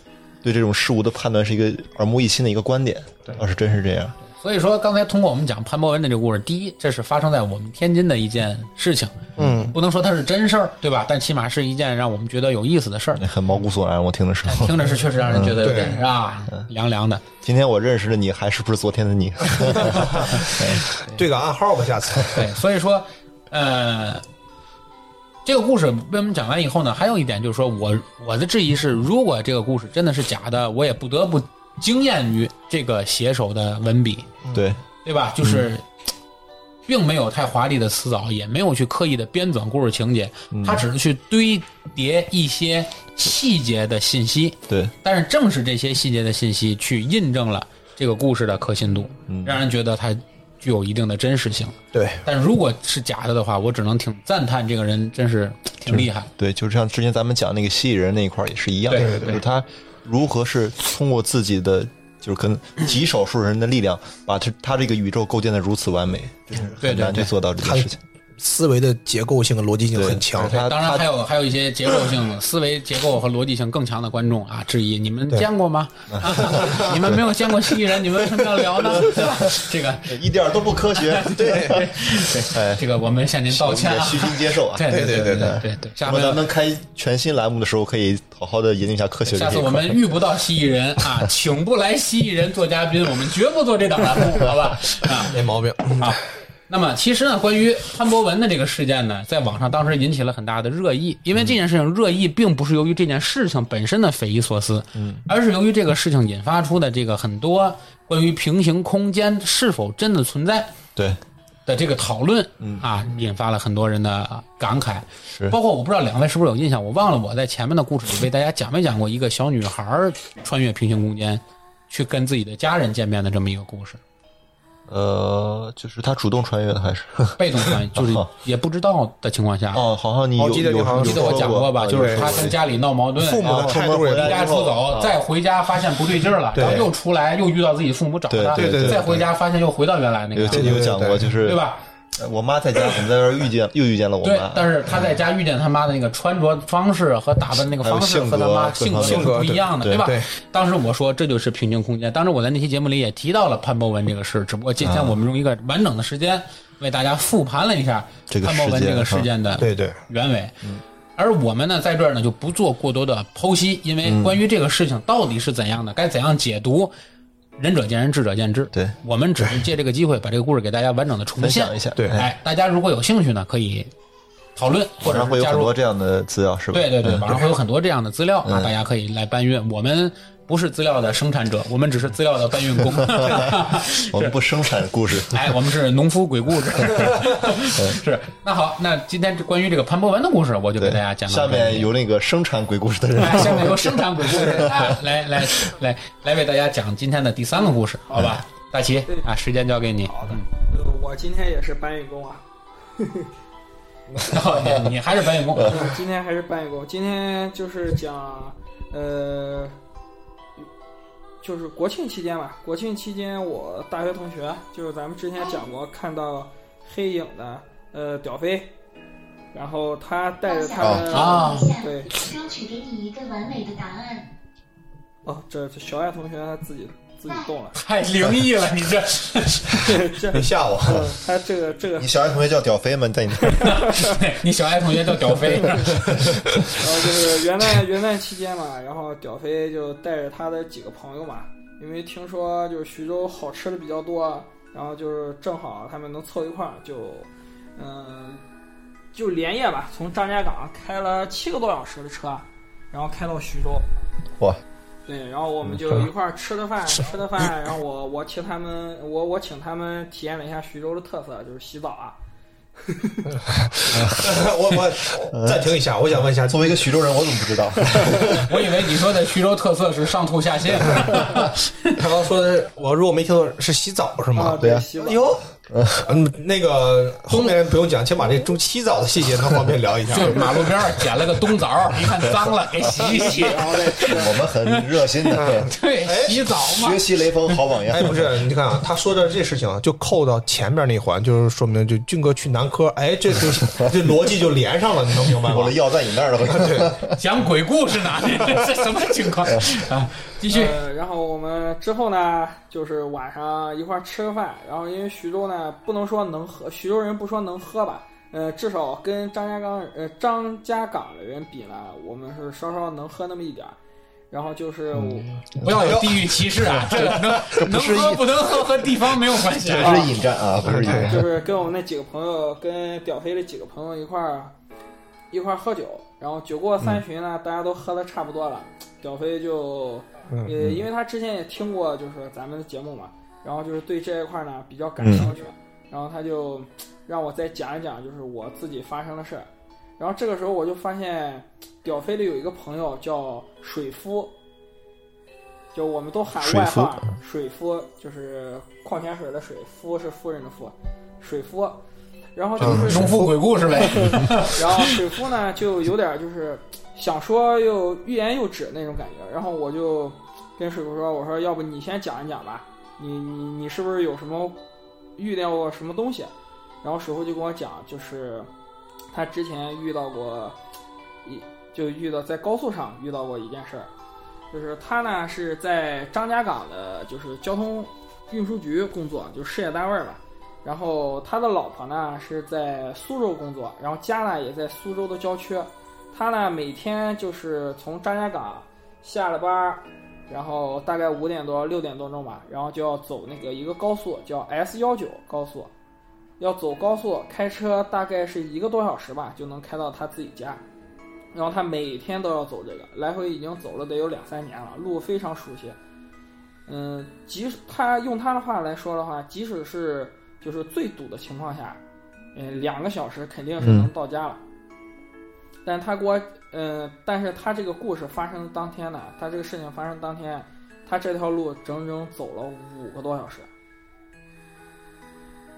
对这种事物的判断是一个耳目一新的一个观点。要是真是这样，所以说，刚才通过我们讲潘博文的这个故事，第一，这是发生在我们天津的一件事情，嗯，不能说它是真事儿，对吧？但起码是一件让我们觉得有意思的事儿，很毛骨悚然。我听的时候，听着是确实让人觉得有点嗯是吧，凉凉的。今天我认识的你还是不是昨天的你？ 对个暗号吧，下 次。对，所以说，呃，这个故事被我们讲完以后呢，还有一点就是说我我的质疑是，如果这个故事真的是假的，我也不得不惊艳于这个写手的文笔，对，对吧？就是。并没有太华丽的辞藻，也没有去刻意的编纂故事情节，他只是去堆叠一些细节的信息。对，但是正是这些细节的信息，去印证了这个故事的可信度，嗯让人觉得它具有一定的真实性。对，但如果是假的的话，我只能挺赞叹这个人真是挺厉害。对，就是像之前咱们讲那个蜥蜴人那一块儿也是一样的，对对对就是他如何是通过自己的。就是可能极少数人的力量，把他他这个宇宙构建的如此完美，就是对对很难去对做到这他件事情。思维的结构性、逻辑性很强对。他当然他还有还有一些结构性、思维结构和逻辑性更强的观众啊，质疑你们见过吗？啊你们没有见过蜥蜴人，你们为什么要聊呢？对吧？这个一点儿都不 科学，对，哎，这个我们向您道歉也啊。虚心接受啊。 对对对对对对对，下那么回咱们开全新栏目的时候，可以好好的研究一下科学这下一次我块。们遇不到蜥蜴人啊，请不来蜥蜴人做嘉宾，我们绝不做这档栏目，好吧？啊，没毛病，啊。那么其实呢，关于潘博文的这个事件呢，在网上当时引起了很大的热议，因为这件事情热议并不是由于这件事情本身的匪夷所思，嗯，而是由于这个事情引发出的这个很多关于平行空间是否真的存在对，的这个讨论，嗯啊，引发了很多人的感慨，是包括我不知道两位是不是有印象，我忘了我在前面的故事里为大家讲没讲过一个小女孩儿穿越平行空间去跟自己的家人见面的这么一个故事。呃，就是他主动穿越 的还是？被动穿， 就是哦也不知道的情况下， 哦，好像你有哦记得你有好像有记得我说讲过啊过吧？就是他跟家里闹矛盾，父母哦然的后态度也离家出走，啊再回家发现不对劲儿了，对然后又出来又遇到自己父母找他，对对对对再回家发现又回到原来那个有样这子，有讲过，对对对就是对？吧？我妈在家，我们在这儿遇见又遇见了我对妈，，但是他在家遇见他妈的那个穿着方式和打扮那个方式还有性和格他妈各性格方面是不一样的，对吧对？当时我说这就是平行空间，当时我在那期节目里也提到了潘博文这个事，只不过今啊天我们用一个完整的时间为大家复盘了一下这个潘博文事件啊这个事哈件的对 对，原委。而我们呢，在这儿呢就不做过多的剖析，因为关于这个事情到底是怎样的，该怎样解读，仁者见仁，智者见智。对，我们只是借这个机会把这个故事给大家完整的重分现享一下。对哎哎，大家如果有兴趣呢，可以讨论或网者上是会有加很入多这样的资料，是吧？对对对，嗯网上会有很多这样的资料啊，嗯大家可以来搬运。我们不是资料的生产者，我们只是资料的搬运 工。我们不生产故事，哎，我们是农夫鬼 故事。是，那好，那今天这关于这个潘博文的故事，我就给大家讲到下这里。面由那个生产鬼故事的人， 哎，下面由生产鬼故事啊，来来来来为大家讲今天的第三个故事，好吧？大齐啊，时间交给你。好的，呃我今天也是搬运工啊，嗯 你还是搬运工，我 今天还是搬运工。今天就是讲，呃，就是国庆期间吧。国庆期间，我大学同学，就是咱们之前讲过，看到黑影的，呃，屌飞，然后他带着他的，啊对，争取给你一个完美的答案。哦，这这小爱同学他自己自己动了，太灵异了，你这 这这，别吓我。呃他这个这个你小爱同学叫屌飞吗？在你这儿你小爱同学叫屌 飞，然后就是元旦元旦期间嘛，然后屌飞就带着他的几个朋友嘛，因为听说就是徐州好吃的比较多，啊然后就是正好他们能凑一块儿，就嗯、就连夜吧，从张家港开了七个多小时的车，啊然后开到徐州。哇！嗯啊对，然后我们就一块儿吃了饭，吃了饭，然后我我请他们，我我请他们体验了一下徐州的特色，就是洗澡啊。我我暂停一下，我想问一下，作为一个徐州人，我怎么不知道？我以为你说的徐州特色是上吐下泻。他刚说的，我如果没听懂是洗澡是啊，吗？嗯对呀洗澡。哟，嗯，那个后面不用讲，先把这中洗澡的细节 能方便聊一下。就马路边儿捡了个冬枣儿，一看脏了，给洗一洗。哎然后再吃 我们很热心的 嗯对，洗澡嘛学。习雷锋好榜样哎，。不是，你看啊，他说的这事情啊就扣到前面那一环，就是说明就俊哥去南科，哎， 这就是这逻辑就连上了，你能明白 我吗的？药在你那 儿了，讲鬼故事呢，这什么情况啊？继续。呃，然后我们之后呢，就是晚上一块儿吃个饭。然后因为徐州呢，不能说能喝，徐州人不说能喝吧，呃，至少跟张家港呃张家港的人比呢，我们是稍稍能喝那么一点儿。然后就是我、不要有地域歧视啊！这个能能喝不能喝和地方没有关系 这啊。是引战啊，嗯不是引战。就是跟我们那几个朋友，跟屌飞的几个朋友一块儿一块儿喝酒，然后酒过三巡呢，大家都喝的差不多了，屌飞就嗯呃，因为他之前也听过就是咱们的节目嘛，然后就是对这一块呢比较感兴趣，然后他就让我再讲一讲就是我自己发生的事儿，然后这个时候我就发现屌飞里有一个朋友叫水夫。就我们都喊水外夫号儿，水夫就是矿泉水的水，夫是夫人的夫，水夫，然后就嗯是农夫鬼故事呗，然后水夫呢就有点就是想说又欲言又止那种感觉，然后我就跟水夫说：“我说要不你先讲一讲吧，你你你是不是有什么遇到过什么东西？”然后水夫就跟我讲，就是他之前遇到过一就遇到在高速上遇到过一件事儿，就是他呢是在张家港的，就是交通运输局工作，就是事业单位儿吧。然后他的老婆呢是在苏州工作，然后家呢也在苏州的郊区。他呢每天就是从张家港下了班儿，然后大概五点多六点多钟吧，然后就要走那个一个高速叫 S 幺九高速，要走高速开车大概是一个多小时吧，就能开到他自己家。然后他每天都要走这个，来回已经走了得有两三年了，路非常熟悉。嗯，即使他用他的话来说的话，即使是就是最堵的情况下，嗯，两个小时肯定是能到家了。但他给我，嗯，但是他这个故事发生当天呢，他这个事情发生当天，他这条路整整走了五个多小时。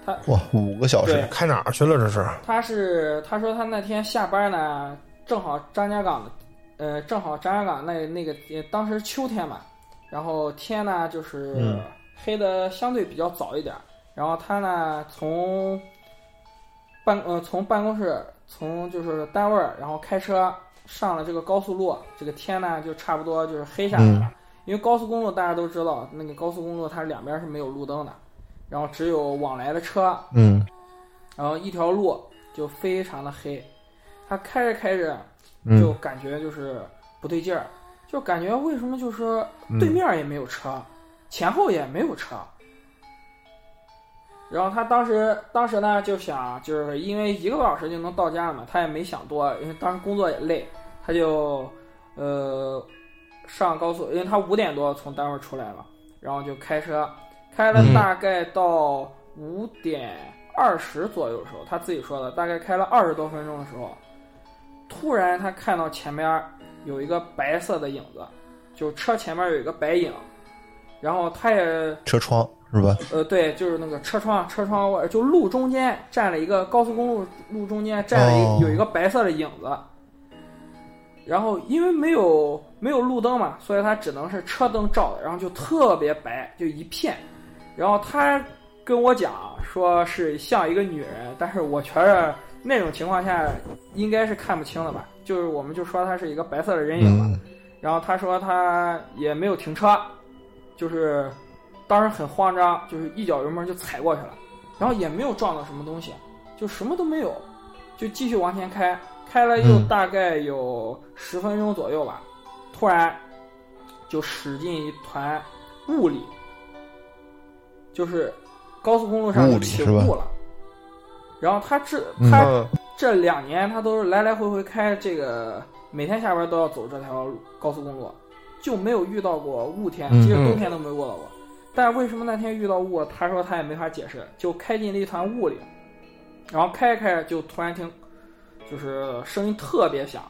他哇，五个小时对，开哪儿去了？这是他是他说他那天下班呢，正好张家港的，呃，正好张家港那那个呃当时秋天嘛，然后天呢就是嗯黑的相对比较早一点儿，然后他呢从办呃从办公室从就是单位儿，然后开车上了这个高速路，这个天呢就差不多就是黑下来了。因为高速公路大家都知道，那个高速公路它两边是没有路灯的，然后只有往来的车，嗯，然后一条路就非常的黑，他开着开着嗯就感觉就是不对劲儿，就感觉为什么就是对面也没有车，前后也没有车。然后他当时当时呢就想，就是因为一个多小时就能到家了嘛，他也没想多，因为当时工作也累，他就呃上高速，因为他五点多从单位出来了，然后就开车，开了大概到五点二十左右的时候，他自己说的，大概开了二十多分钟的时候，突然他看到前面有一个白色的影子，就车前面有一个白影，然后他也车窗是吧？呃，对，就是那个车窗，车窗外就路中间站了一个高速公路路中间站了一、哦有一个白色的影子，然后因为没有没有路灯嘛，所以它只能是车灯照的，然后就特别白，就一片。然后他跟我讲说是像一个女人，但是我觉着那种情况下应该是看不清的吧，就是我们就说它是一个白色的人影吧。嗯，然后他说他也没有停车，就是当时很慌张，就是一脚油门就踩过去了，然后也没有撞到什么东西，就什么都没有，就继续往前开，开了又嗯大概有十分钟左右吧，突然就驶进一团雾里，就是高速公路上雾就里起是吧雾了。然后他这嗯他这两年他都是来来回回开这个，每天下班都要走这条路高速公路，就没有遇到过雾天，嗯即使冬天都没有遇到过。但为什么那天遇到雾？他说他也没法解释，就开进了一团雾里，然后开着开着就突然听，就是声音特别响，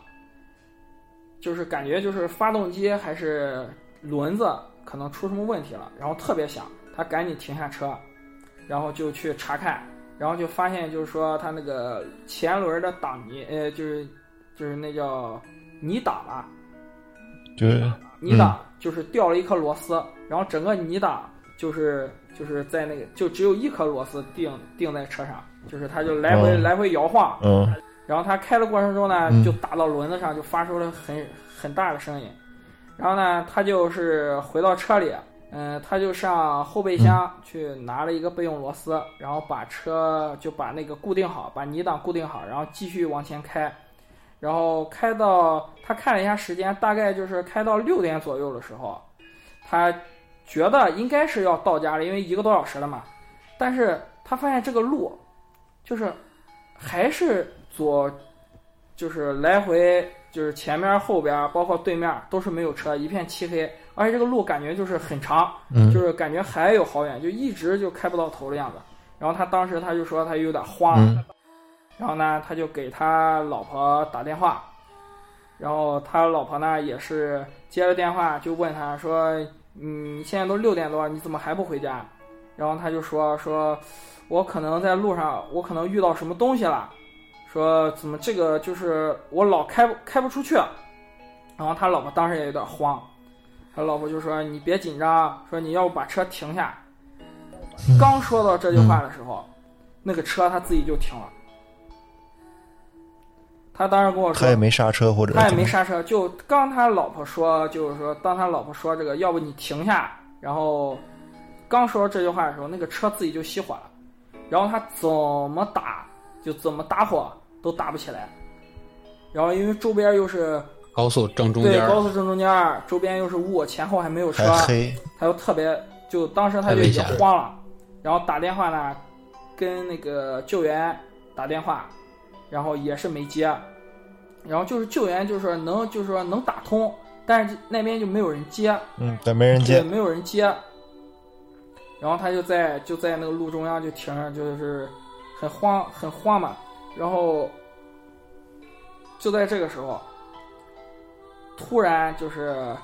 就是感觉就是发动机还是轮子可能出什么问题了，然后特别响，他赶紧停下车，然后就去查看，然后就发现就是说他那个前轮的挡泥，呃，就是就是那叫泥挡吧，就是泥挡就是掉了一颗螺丝，然后整个泥挡就是就是在那个就只有一颗螺丝定定在车上，就是它就来回、哦来回摇晃，嗯然后他开的过程中呢嗯，就打到轮子上，就发出了很很大的声音。然后呢，他就是回到车里，嗯、他就上后备箱去拿了一个备用螺丝，然后把车就把那个固定好，把泥挡固定好，然后继续往前开。然后开到他看了一下时间，大概就是开到六点左右的时候，他觉得应该是要到家了，因为一个多小时了嘛。但是他发现这个路就是还是左，就是来回就是前面、后边，包括对面都是没有车，一片漆黑，而且这个路感觉就是很长，嗯就是感觉还有好远，就一直就开不到头的样子。然后他当时他就说他有点慌，嗯然后呢，他就给他老婆打电话，然后他老婆呢也是接了电话，就问他说：“嗯你现在都六点多了，你怎么还不回家？”然后他就说：“说我可能在路上，我可能遇到什么东西了，说怎么这个就是我老开不开不出去。”然后他老婆当时也有点慌，他老婆就说：“你别紧张，说你要不把车停下。”刚说到这句话的时候，那个车他自己就停了。他当时跟我说他也没刹车或者他也没刹车，就刚他老婆说，就是说，当他老婆说这个，要不你停下，然后刚说这句话的时候，那个车自己就熄火了，然后他怎么打就怎么打火都打不起来，然后因为周边又是高速正中对间儿，高速正中间儿，周边又是雾，前后还没有车，还黑，他就特别，就当时他太就危已经险了慌了，然后打电话呢，跟那个救援打电话，然后也是没接，然后就是救援就是说能就是说能打通，但是那边就没有人接，嗯，但没人对，接，没有人接，然后他就在就在那个路中央就停着，就是很慌很慌嘛，然后就在这个时候，突然就是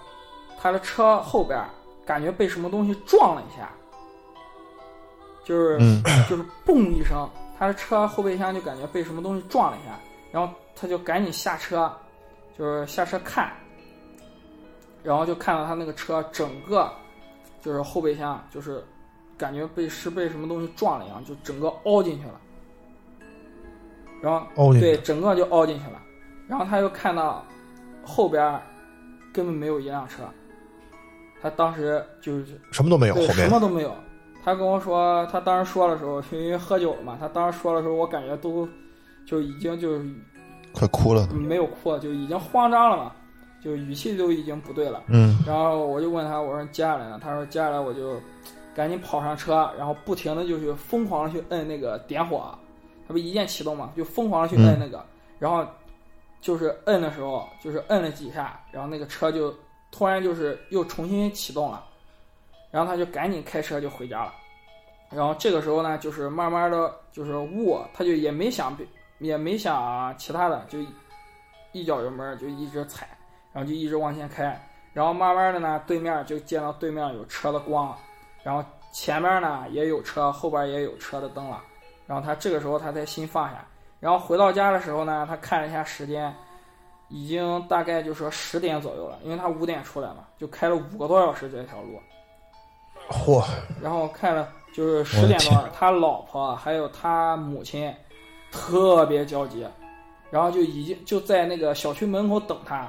他的车后边儿感觉被什么东西撞了一下，就是、嗯 就是嘣一声，他的车后备箱就感觉被什么东西撞了一下，然后他就赶紧下车，就是下车看，然后就看到他那个车整个就是后备箱就是感觉被是被什么东西撞了一样，就整个凹进去了，然后凹进去对，整个就凹进去了，然后他又看到后边儿根本没有一辆车，他当时就是什么都没有，对，后什面么都没有。他跟我说，他当时说的时候，因为喝酒了嘛，他当时说的时候，我感觉都就已经就是快哭了，嗯没有哭了，就已经慌张了嘛，就语气都已经不对了。嗯然后我就问他，我说接下来呢？他说接下来我就赶紧跑上车，然后不停的就去疯狂的去摁那个点火，他不一键启动嘛，就疯狂的去嗯摁那个，然后就是摁的时候，就是摁了几下，然后那个车就突然就是又重新启动了，然后他就赶紧开车就回家了。然后这个时候呢，就是慢慢的就是我，他就也没想也没想其他的，就一脚油门就一直踩，然后就一直往前开。然后慢慢的呢，对面就见到对面有车的光了，然后前面呢也有车，后边也有车的灯了。然后他这个时候他才心放下。然后回到家的时候呢，他看了一下时间，已经大概就说十点左右了，因为他五点出来嘛，就开了五个多小时这条路。嚯，然后看了就是十点多，他老婆啊还有他母亲特别焦急，然后就已经就在那个小区门口等他，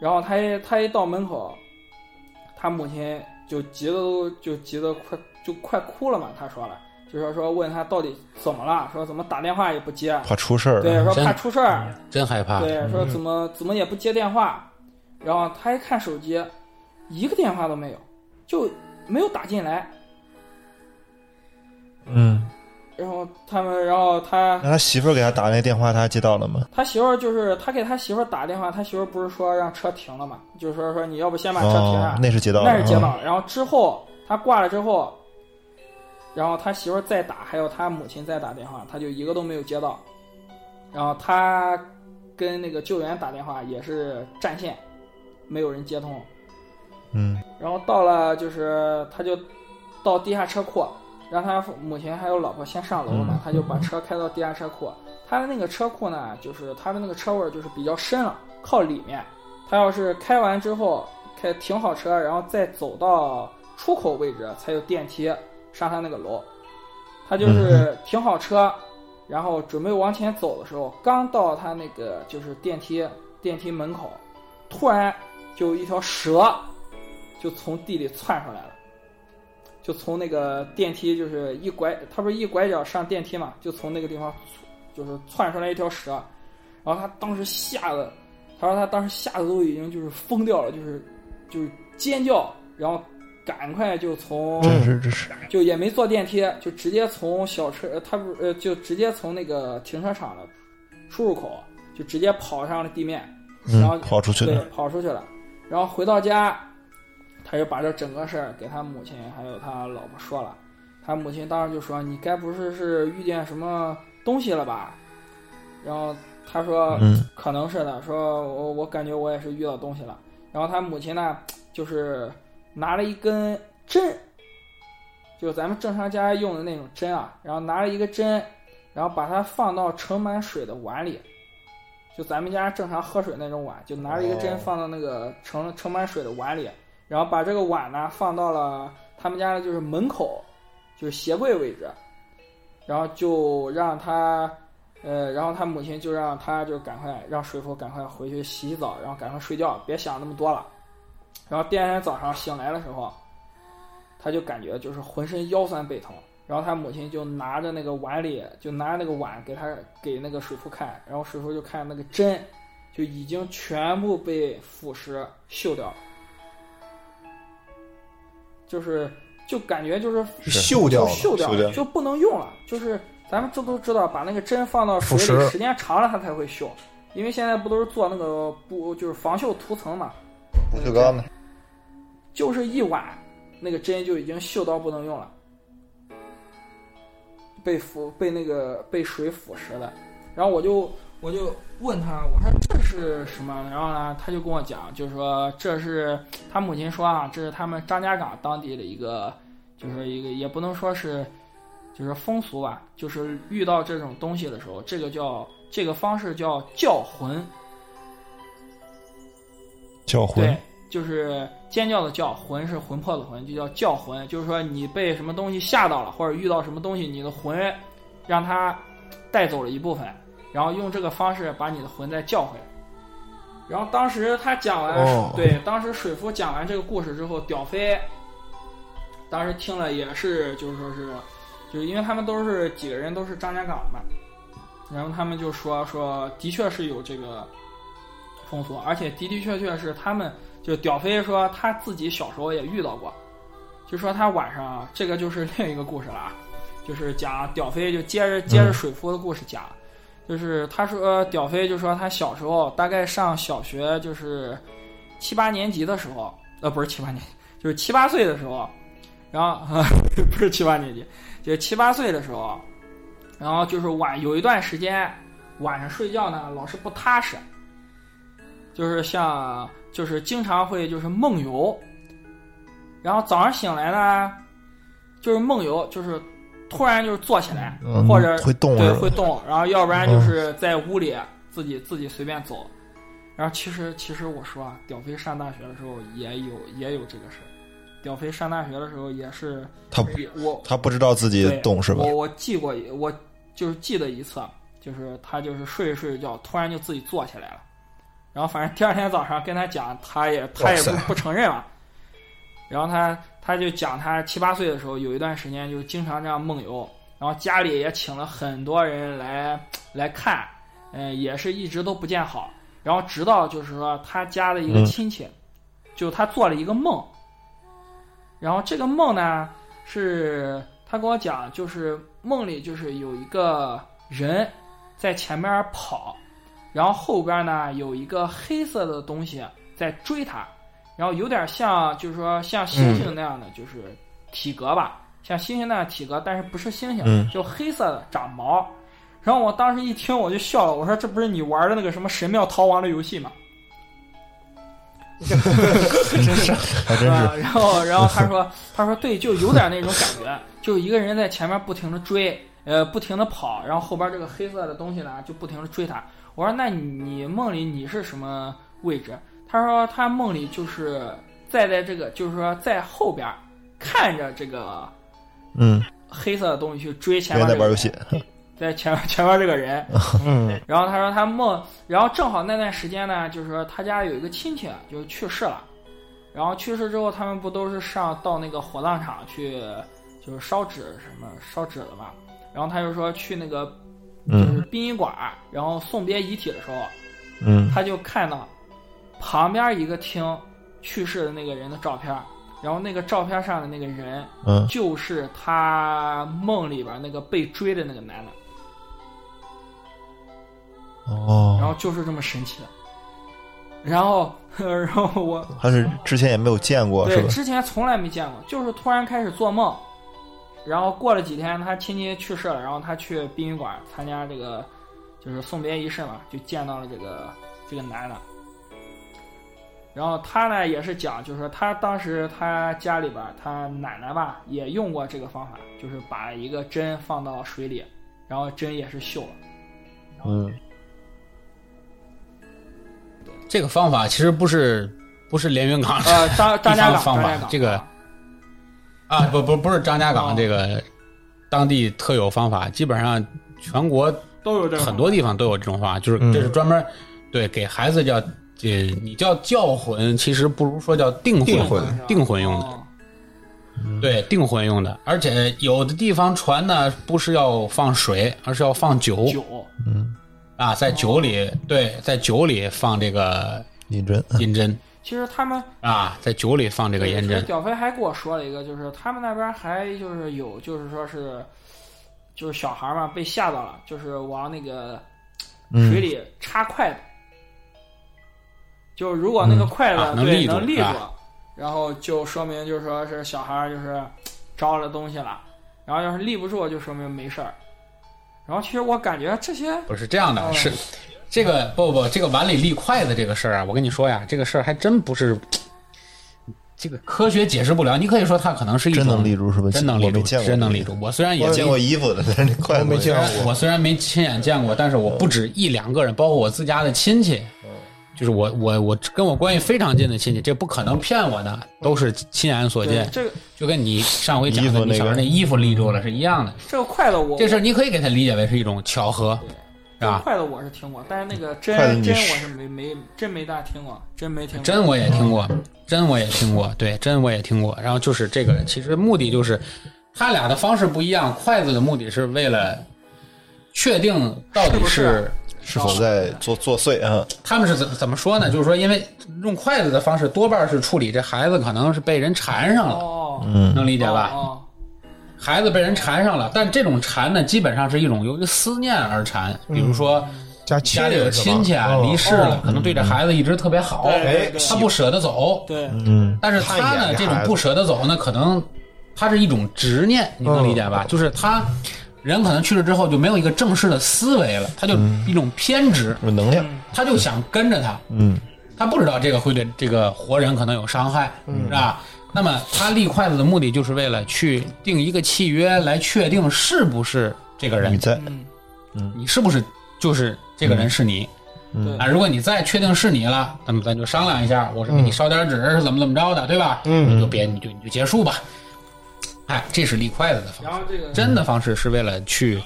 然后他一他一到门口，他母亲就急得都就急得快就快哭了嘛，他说了。就是说问他到底怎么了，说怎么打电话也不接，啊怕出事儿。对，说真嗯怕出事儿，真害怕。对，说怎么怎么也不接电话，然后他一看手机，一个电话都没有，就没有打进来。嗯，然后他们，然后他那他媳妇儿给他打那电话，他接到了吗？他媳妇儿就是他给他媳妇儿打电话，他媳妇儿不是说让车停了嘛，就是说说你要不先把车停哦了，，那是接到了，那是接到嗯了。然后之后他挂了之后，然后他媳妇儿再打，还有他母亲再打电话，他就一个都没有接到。然后他跟那个救援打电话也是占线，没有人接通。嗯，然后到了就是他就到地下车库，让他母亲还有老婆先上楼了嘛，嗯他就把车开到地下车库。他的那个车库呢，就是他的那个车位就是比较深了，靠里面。他要是开完之后开停好车，然后再走到出口位置才有电梯上他那个楼。他就是停好车，然后准备往前走的时候，刚到他那个就是电梯电梯门口，突然就一条蛇就从地里窜上来了，就从那个电梯就是一拐，他不是一拐角上电梯嘛，就从那个地方就是窜出来一条蛇，然后他当时吓得，他说他当时吓得都已经就是疯掉了，就是就是尖叫，然后赶快就从嗯真是真是，就也没坐电梯，就直接从小车，呃他不是呃，就直接从那个停车场的出入口，就直接跑上了地面，然后嗯，跑出去对了，跑出去了。然后回到家，他就把这整个事儿给他母亲还有他老婆说了。他母亲当时就说：“你该不是是遇见什么东西了吧？”然后他说：“嗯可能是的，说我我感觉我也是遇到东西了。然后他母亲呢，就是拿了一根针，就是咱们正常家用的那种针啊，然后拿了一个针，然后把它放到盛满水的碗里，就咱们家正常喝水那种碗，就拿了一个针哦放到那个盛盛满水的碗里，然后把这个碗呢放到了他们家的就是门口，就是鞋柜位置，然后就让他，呃，然后他母亲就让他就赶快让水夫赶快回去洗洗澡，然后赶快睡觉，别想那么多了。然后第二天早上醒来的时候，他就感觉就是浑身腰酸背疼，然后他母亲就拿着那个碗里，就拿着那个碗给他给那个水夫看，然后水夫就看那个针，就已经全部被腐蚀锈掉了，就是就感觉就是锈掉了，就锈掉锈掉了，了就不能用了。就是咱们这都知道，把那个针放到水腐里蚀时间长了，它才会锈。因为现在不都是做那个不就是防锈涂层嘛，不锈钢的，就是一碗，那个针就已经锈到不能用了，被腐被那个被水腐蚀的。然后我就我就问他，我说这是什么？然后呢，他就跟我讲，就是说这是他母亲说啊，这是他们张家港当地的一个，就是一个也不能说是就是风俗吧，就是遇到这种东西的时候，这个叫这个方式叫叫魂。叫对魂，，就是尖叫的叫，魂是魂魄的魂，就叫叫魂。就是说你被什么东西吓到了，或者遇到什么东西，你的魂让它带走了一部分，然后用这个方式把你的魂再叫回来。然后当时他讲完，哦对，当时水夫讲完这个故事之后，屌飞当时听了也是，就是说是，就是因为他们都是几个人都是张家港的嘛，然后他们就说说的确是有这个风俗，而且的的确确是他们就屌飞说他自己小时候也遇到过，就说他晚上啊这个就是另一个故事了啊，就是讲屌飞就接着接着水夫的故事讲，就是他说屌飞就说他小时候大概上小学就是七八年级的时候，呃，不是七八年，就是七八岁的时候，然后、啊、不是七八年级，就是七八岁的时候，然后就是晚有一段时间晚上睡觉呢老是不踏实，就是像就是经常会就是梦游，然后早上醒来呢就是梦游，就是突然就是坐起来，嗯或者会动对是吧会动，然后要不然就是在屋里自己自己随便走。然后其实其实我说啊，屌飞上大学的时候也有也有这个事儿，屌飞上大学的时候也是他也我他不知道自己对动是吧？我我记过一，我就是记得一次，啊就是他就是睡着睡着觉，突然就自己坐起来了，然后反正第二天早上跟他讲，他也他也哇塞不不承认嘛，然后他他就讲他七八岁的时候有一段时间就是经常这样梦游，然后家里也请了很多人来来看，嗯、也是一直都不见好，然后直到就是说他家的一个嗯亲戚，就他做了一个梦，然后这个梦呢是他跟我讲，就是梦里就是有一个人在前面跑，然后后边呢有一个黑色的东西在追他，然后有点像就是说像猩猩那样的，就是体格吧，像猩猩那样体格，但是不是猩猩，嗯就黑色的长毛。然后我当时一听我就笑了，我说这不是你玩的那个什么神庙逃亡的游戏吗？ 还真是啊，然后，然后他说，他说对，就有点那种感觉，就是一个人在前面不停的追，呃，不停的跑，然后后边这个黑色的东西呢就不停的追他。我说那你梦里你是什么位置？他说他梦里就是在在这个，就是说在后边看着这个嗯，黑色的东西去追前人面在这个玩游人戏，在前面前面这个人，嗯，然后他说他梦，然后正好那段时间呢，就是说他家有一个亲戚啊就是去世了，然后去世之后，他们不都是上到那个火葬场去，就是烧纸什么烧纸的嘛。然后他就说去那个就是嗯殡仪馆，然后送别遗体的时候，嗯他就看到旁边一个厅去世的那个人的照片，然后那个照片上的那个人嗯，就是他梦里边那个被追的那个男的，然哦，后就是这么神奇的。然后， 然后我他是之前也没有见过是对吧？之前从来没见过，就是突然开始做梦，然后过了几天，他亲戚去世了，然后他去殡仪馆参加这个就是送别仪式嘛，就见到了这个这个男的。然后他呢也是讲，就是说他当时他家里边儿他奶奶吧也用过这个方法，就是把一个针放到水里，然后针也是锈了。嗯，这个方法其实不是不是连云港呃，张张家地港，方放张家法港这个啊，不不不是张家哦港这个当地特有方法，基本上全国都有这个很多地方都有这种方法，就是嗯这是专门对给孩子叫呃你叫叫魂，其实不如说叫定魂，定定魂用的，哎哦对定魂用的。而且有的地方传呢，不是要放水，而是要放酒酒，啊，在酒里对，在酒里放这个尹真，银针其实他们啊，在酒里放这个银针，屌飞还给我说了一个，就是他们那边还就是有，就是说是，就是小孩嘛被吓到了，就是往那个水嗯，里插筷子，就是如果那个筷子、啊能对立住能立住，是然后就说明就是说是小孩儿就是招了东西了，然后要是立不住，就说明没事儿。然后其实我感觉这些不是这样的，哦是这个不不，这个碗里立筷子这个事儿啊，我跟你说呀，这个事儿还真不是这个科学解释不了。你可以说它可能是一种真能立住是吧？真能立我没住，见过，真能立住。。我虽然也我没见过衣服的， 但是筷子我没见过我虽然没亲眼见过，但是我不止一两个人，包括我自家的亲戚，嗯就是我我我跟我关系非常近的亲戚，这不可能骗我的，都是亲眼所对见，这个就跟你上回讲衣服的那个你小时候那衣服立住了是一样的。这个筷子我这事儿你可以给它理解为是一种巧合，是这吧？筷子我是听过，但是那个筷子针你针我是是没没真没大听过，真没听过。真我也听过，真我也听过，对，真我也听过。然后就是这个，其实目的就是他俩的方式不一样。筷子的目的是为了确定到底是不是是是否在作作祟啊？他们是怎怎么说呢？就是说，因为用筷子的方式多半是处理这孩子可能是被人缠上了，哦，嗯能理理解吧？哦，嗯孩子被人缠上了，但这种缠呢，基本上是一种由于思念而缠，比如说家亲家里有人是吧亲戚啊离世了哦，可能对这孩子一直特别好，对哦对哎对他不舍得走，对，嗯，但是他看一眼呢，这这孩种子不舍得走呢，可能他是一种执念，你能理解吧？就是他人可能去了之后就没有一个正式的思维了，他就一种偏执，有能量，他就想跟着他，嗯，他不知道这个会对这个活人可能有伤害，是吧？那么他立筷子的目的就是为了去定一个契约，来确定是不是这个你人，在，嗯，你是不是就是这个人是你 对啊？，如果你再确定是你了，那么咱就商量一下，我是嗯给你烧点纸，是怎么怎么着的，对吧？嗯你就别，你就你就结束吧。哎，这是立筷子的方然式，后这个真的方式是为了去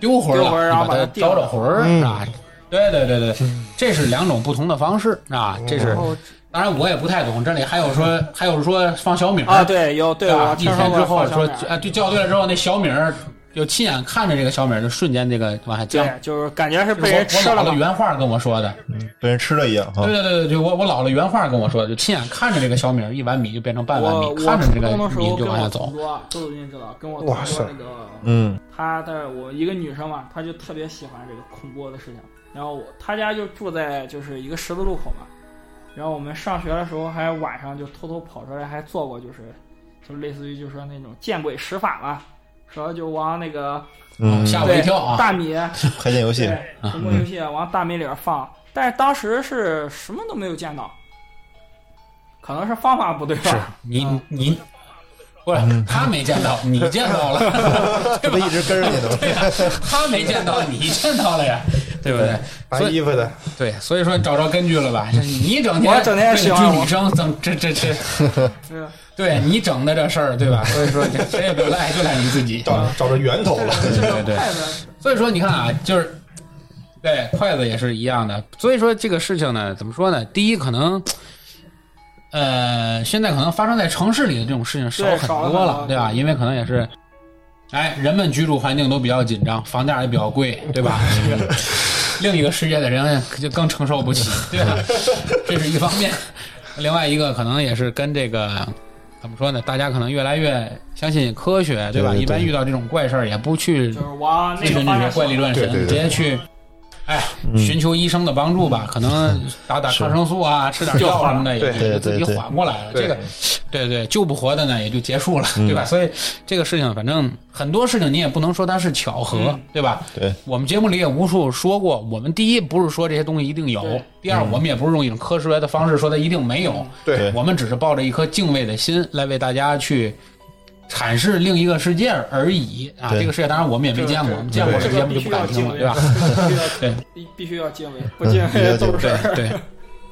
丢魂儿嗯丢魂了，儿然后你把把它招着魂儿嗯啊。对对对对，嗯这是两种不同的方式啊，这是然后当然我也不太懂，这里还有说还有说放小米儿嗯啊，，对，有对吧我一听说天过之后放小说鸟儿啊，就叫对了之后，那小米儿就亲眼看着这个小米儿，就瞬间这个往下降。对，就是感觉是这被是人吃我我了姥姥嘛，原话跟我说的，被人吃了一样哈对，对对对，就我我姥姥原话跟我说的，就亲眼看着这个小米儿一碗米就变成半碗我米，我看着初这个中的时米候就跟往下我走同。桌，周主任知道，跟我哇同塞桌那个，嗯她的我一个女生嘛，她就特别喜欢这个空锅的事情。然后我她家就住在就是一个十字路口嘛，然后我们上学的时候还晚上就偷偷跑出来还做过，就是就类似于就说那种见鬼使法嘛，说就往那个嗯，吓我对一跳啊大米开剑游戏，对，红魔游戏啊往大米里边放，但是当时是什么都没有见到，可能是方法不对是吧？你你不是他没见到，你见到了，对这不吧？一直跟着你呢吗？ 对呀，他没见到，你见到了呀，对不对？白所以衣服的，对，所以说找着根据了吧？这你整天我整天喜欢追我女生，整这这这，是对你整的这事儿，对吧？所以说这谁也别赖，就赖你自 己。找找着源头了，对对哦对，太难。所以说你看啊，就是对筷子也是一样的。所以说这个事情呢，怎么说呢？第一，可能呃，现在可能发生在城市里的这种事情少对很少了多很了，多对吧？因为可能也是。哎，人们居住环境都比较紧张，房价也比较贵，对 吧？这个另一个世界的人就更承受不 起，对吧？这是一方面。另外一个可能也是跟这个怎么说呢？大家可能越来越相信科学，对吧？对对对一般遇到这种怪事儿也不去就是往那精个神方这向些怪力想乱神，对对对嗯直接去，哎，寻求医生的帮助吧，可能打打抗生素啊，吃点药什么的，对也对就自己对对缓过来了。对这个，对对，救不活的呢，也就结束了，嗯对吧？所以这个事情，反正很多事情你也不能说它是巧合嗯，对吧？对，我们节目里也无数说过，我们第一不是说这些东西一定有对，第二我们也不是用一种科学的方式说它一定没有，嗯对我们只是抱着一颗敬畏的心来为大家去阐释另一个世界而已啊！对这个世界当然我们也没见过，我们见过这这个节目就必不须敢要听敬了，畏，对吧？必须对要必必须要敬畏，不敬嗯畏都是对对对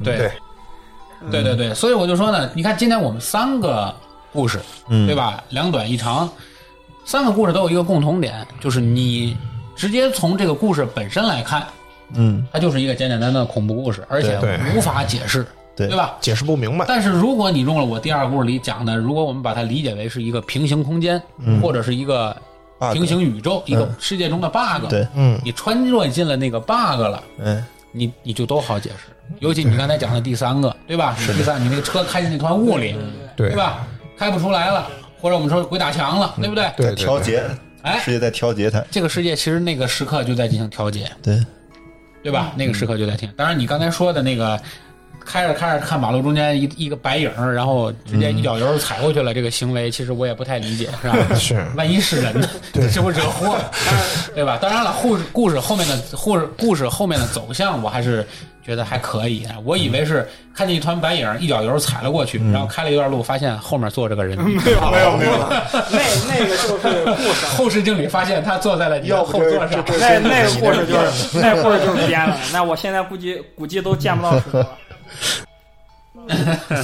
对对对对，所以我就说呢，你看今天我们三个故事，嗯，对？吧？两短一长，三个故事都有一个共同点，就是你直接从这个故事本身来看， 嗯，它就是一个简简单单的恐怖故事，而且对无法解释，对对吧？解释不明白，但是如果你用了我第二故事里讲的，如果我们把它理解为是一个平行空间，或者是一个嗯 bug 嗯平行宇宙，一个世界中的 bug，、对，嗯，你穿越进了那个 bug 了，嗯，你你就都好解释。尤其你刚才讲的第三个，对吧？第三，你那个车开进那团雾里，对对吧？开不出来了，或者我们说鬼打墙了，对不对？对对调对，节，哎世界在调节它，这个世界其实那个时刻就在进行调节，对，对吧？嗯那个时刻就在听。当然，你刚才说的那个，开着开着看马路中间一一个白影儿，然后直嗯接一脚油踩过去了，这个行为其实我也不太理解，是 吧？是万一是人呢？这不惹祸了，对吧？当然了，故事故事后面的故事故事后面的走向，我还是觉得还可以。啊我以为是看见一团白影儿，一脚油踩了过嗯去，然后开了一段路，发现后面坐着个 人。没有没有，那那个就是故事，后视镜里发现他坐在了你的要不后这座上， 哎那 那个故事就是那个故事就是编的，那我现在估计估计都见不到石头了。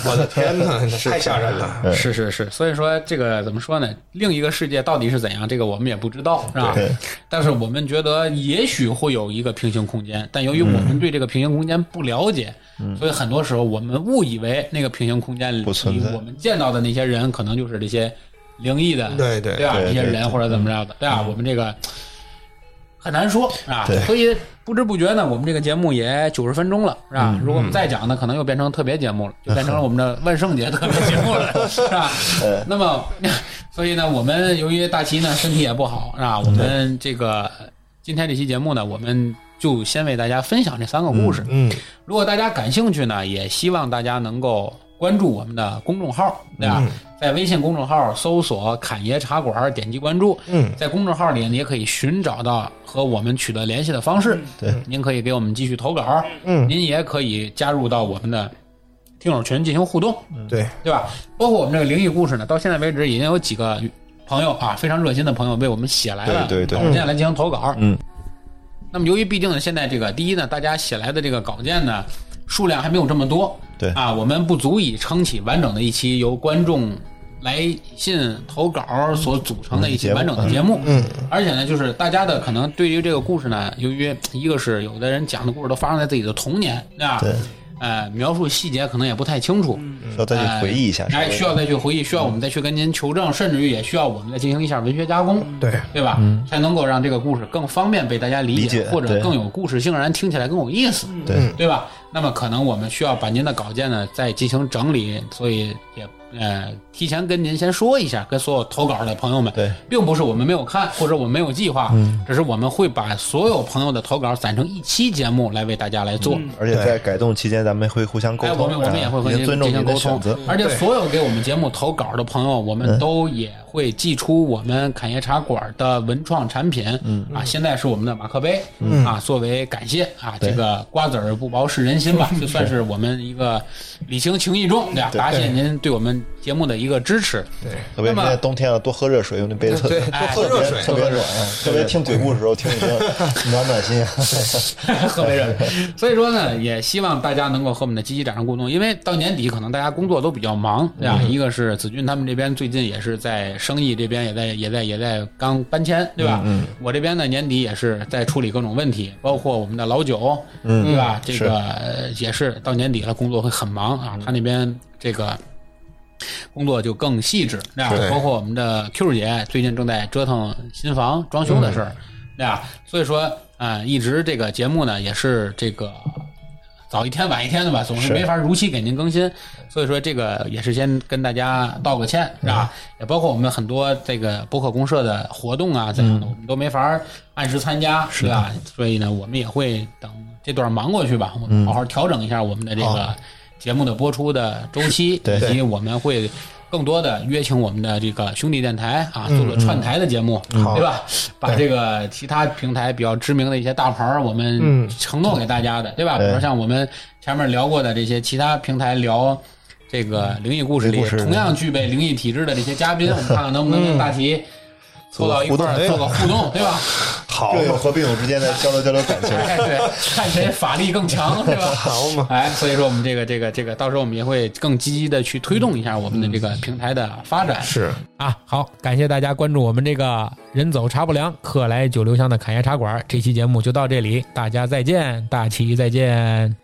我的天哪，太吓人了，嗯是是是，所以说这个怎么说呢？另一个世界到底是怎样，这个我们也不知道，是吧对？但是我们觉得也许会有一个平行空间，但由于我们对这个平行空间不了解，所以很多时候我们误以为那个平行空间里嗯不存在我们见到的那些人，可能就是这些灵异嗯的，对对对吧？对这些对嗯人或者怎么着的，对吧？我们这个很难说啊对，所以不知不觉呢，我们这个节目也九十分钟了，是吧？嗯如果我们再讲呢，可能又变成特别节目了，就变成了我们的万圣节特别节目 了，是吧？呃那么，所以呢，我嗯们由于大齐呢身体也不好，是吧？我们这个今天这期节目呢，我们就先为大家分享这三个故事。嗯，如果大家感兴趣呢，也希望大家能够关注我们的公众号，对吧？嗯在微信公众号搜索“侃爷茶馆”，点击关注。嗯，在公众号里，你也可以寻找到和我们取得联系的方式。对，您可以给我们继续投稿，嗯您也可以加入到我们的听友群进行互动，对，对吧？包括我们这个灵异故事呢，到现在为止已经有几个朋友啊，非常热心的朋友为我们写来了对对对稿件来进行投稿。嗯，那么由于毕竟呢，现在这个第一呢，大家写来的这个稿件呢数量还没有这么多，对啊，我们不足以撑起完整的一期由观众来信投稿所组成的一期嗯完整的节目。嗯，而且呢，就是大家的可能对于这个故事呢，由于一个是有的人讲的故事都发生在自己的童年，对吧？对，呃，描述细节可能也不太清楚。需要再去回忆一下，嗯哎，需要再去回忆，需要我们再去跟您求证，甚至于也需要我们再进行一下文学加工，对，对吧？才能够让这个故事更方便被大家理解，嗯理解或者对更有故事性，让人听起来更有意思，对对吧？那么可能我们需要把您的稿件呢再进行整理，所以也呃提前跟您先说一下，跟所有投稿的朋友们，对，嗯并不是我们没有看或者我们没有计划，只是我们会把所有朋友的投稿攒成一期节目来为大家来做。而且在改动期间，咱们会互相沟哎，通，我们我们也会和啊您也尊重进行您的沟选通嗯择，，嗯而且所有给我们节目投稿的朋友，我们都也会寄出我们侃爷茶馆的文创产品，嗯啊，现在是我们的马克杯，嗯啊，作为感谢啊，这个瓜子儿不薄是人心 吧，就算是我们一个礼轻情意重，对吧？答谢您对我们节目的一个支持，特别那是么现在冬天了，多喝热水，用那杯子对多喝热水哎特别特别暖，啊特别听鬼故事的时候听一 听，暖暖心啊。喝杯热水。所以说呢，也希望大家能够和我们的积极掌声互动，因为到年底可能大家工作都比较忙，对吧？一个是子君他们这边最近也是在生意这边也在也在也在刚搬迁，对吧？我这边呢年底也是在处理各种问题，包括我们的老九，对吧？这个呃也是到年底了，工作会很忙啊。他那边这个。工作就更细致，对吧？包括我们的 Q 姐最近正在折腾新房装修的事儿，对吧？所以说，啊、一直这个节目呢也是这个早一天晚一天的吧，总是是没法如期给您更新。所以说，这个也是先跟大家道个歉，是吧？也包括我们很多这个播客公社的活动啊，怎样的，我们都没法按时参加，是吧？所以呢，我们也会等这段忙过去吧，我们好好调整一下我们的这个节目的播出的周期，对以及我们会。更多的约请我们的这个兄弟电台啊，做个串台的节目，嗯对吧？把这个其他平台比较知名的一些大牌儿，我们嗯承诺给大家的，对吧？比对如像我们前面聊过的这些其他平台聊这个灵异故事里灵异故事同样具备灵异体质的这些嘉 宾，我们看看能不能跟大题凑到一块儿嗯做做个互动，对吧？ 好病友和病友之间的交流交流感情，哎，对，看谁法力更强，是吧？ 好嘛，哎，所以说我们这个这个这个，到时候我们也会更积极的去推动一下我们的这个平台的发展。是啊，好，感谢大家关注我们这个“人走茶不凉，客来酒留香”的侃爷茶馆。这期节目就到这里，大家再见，大齐再见。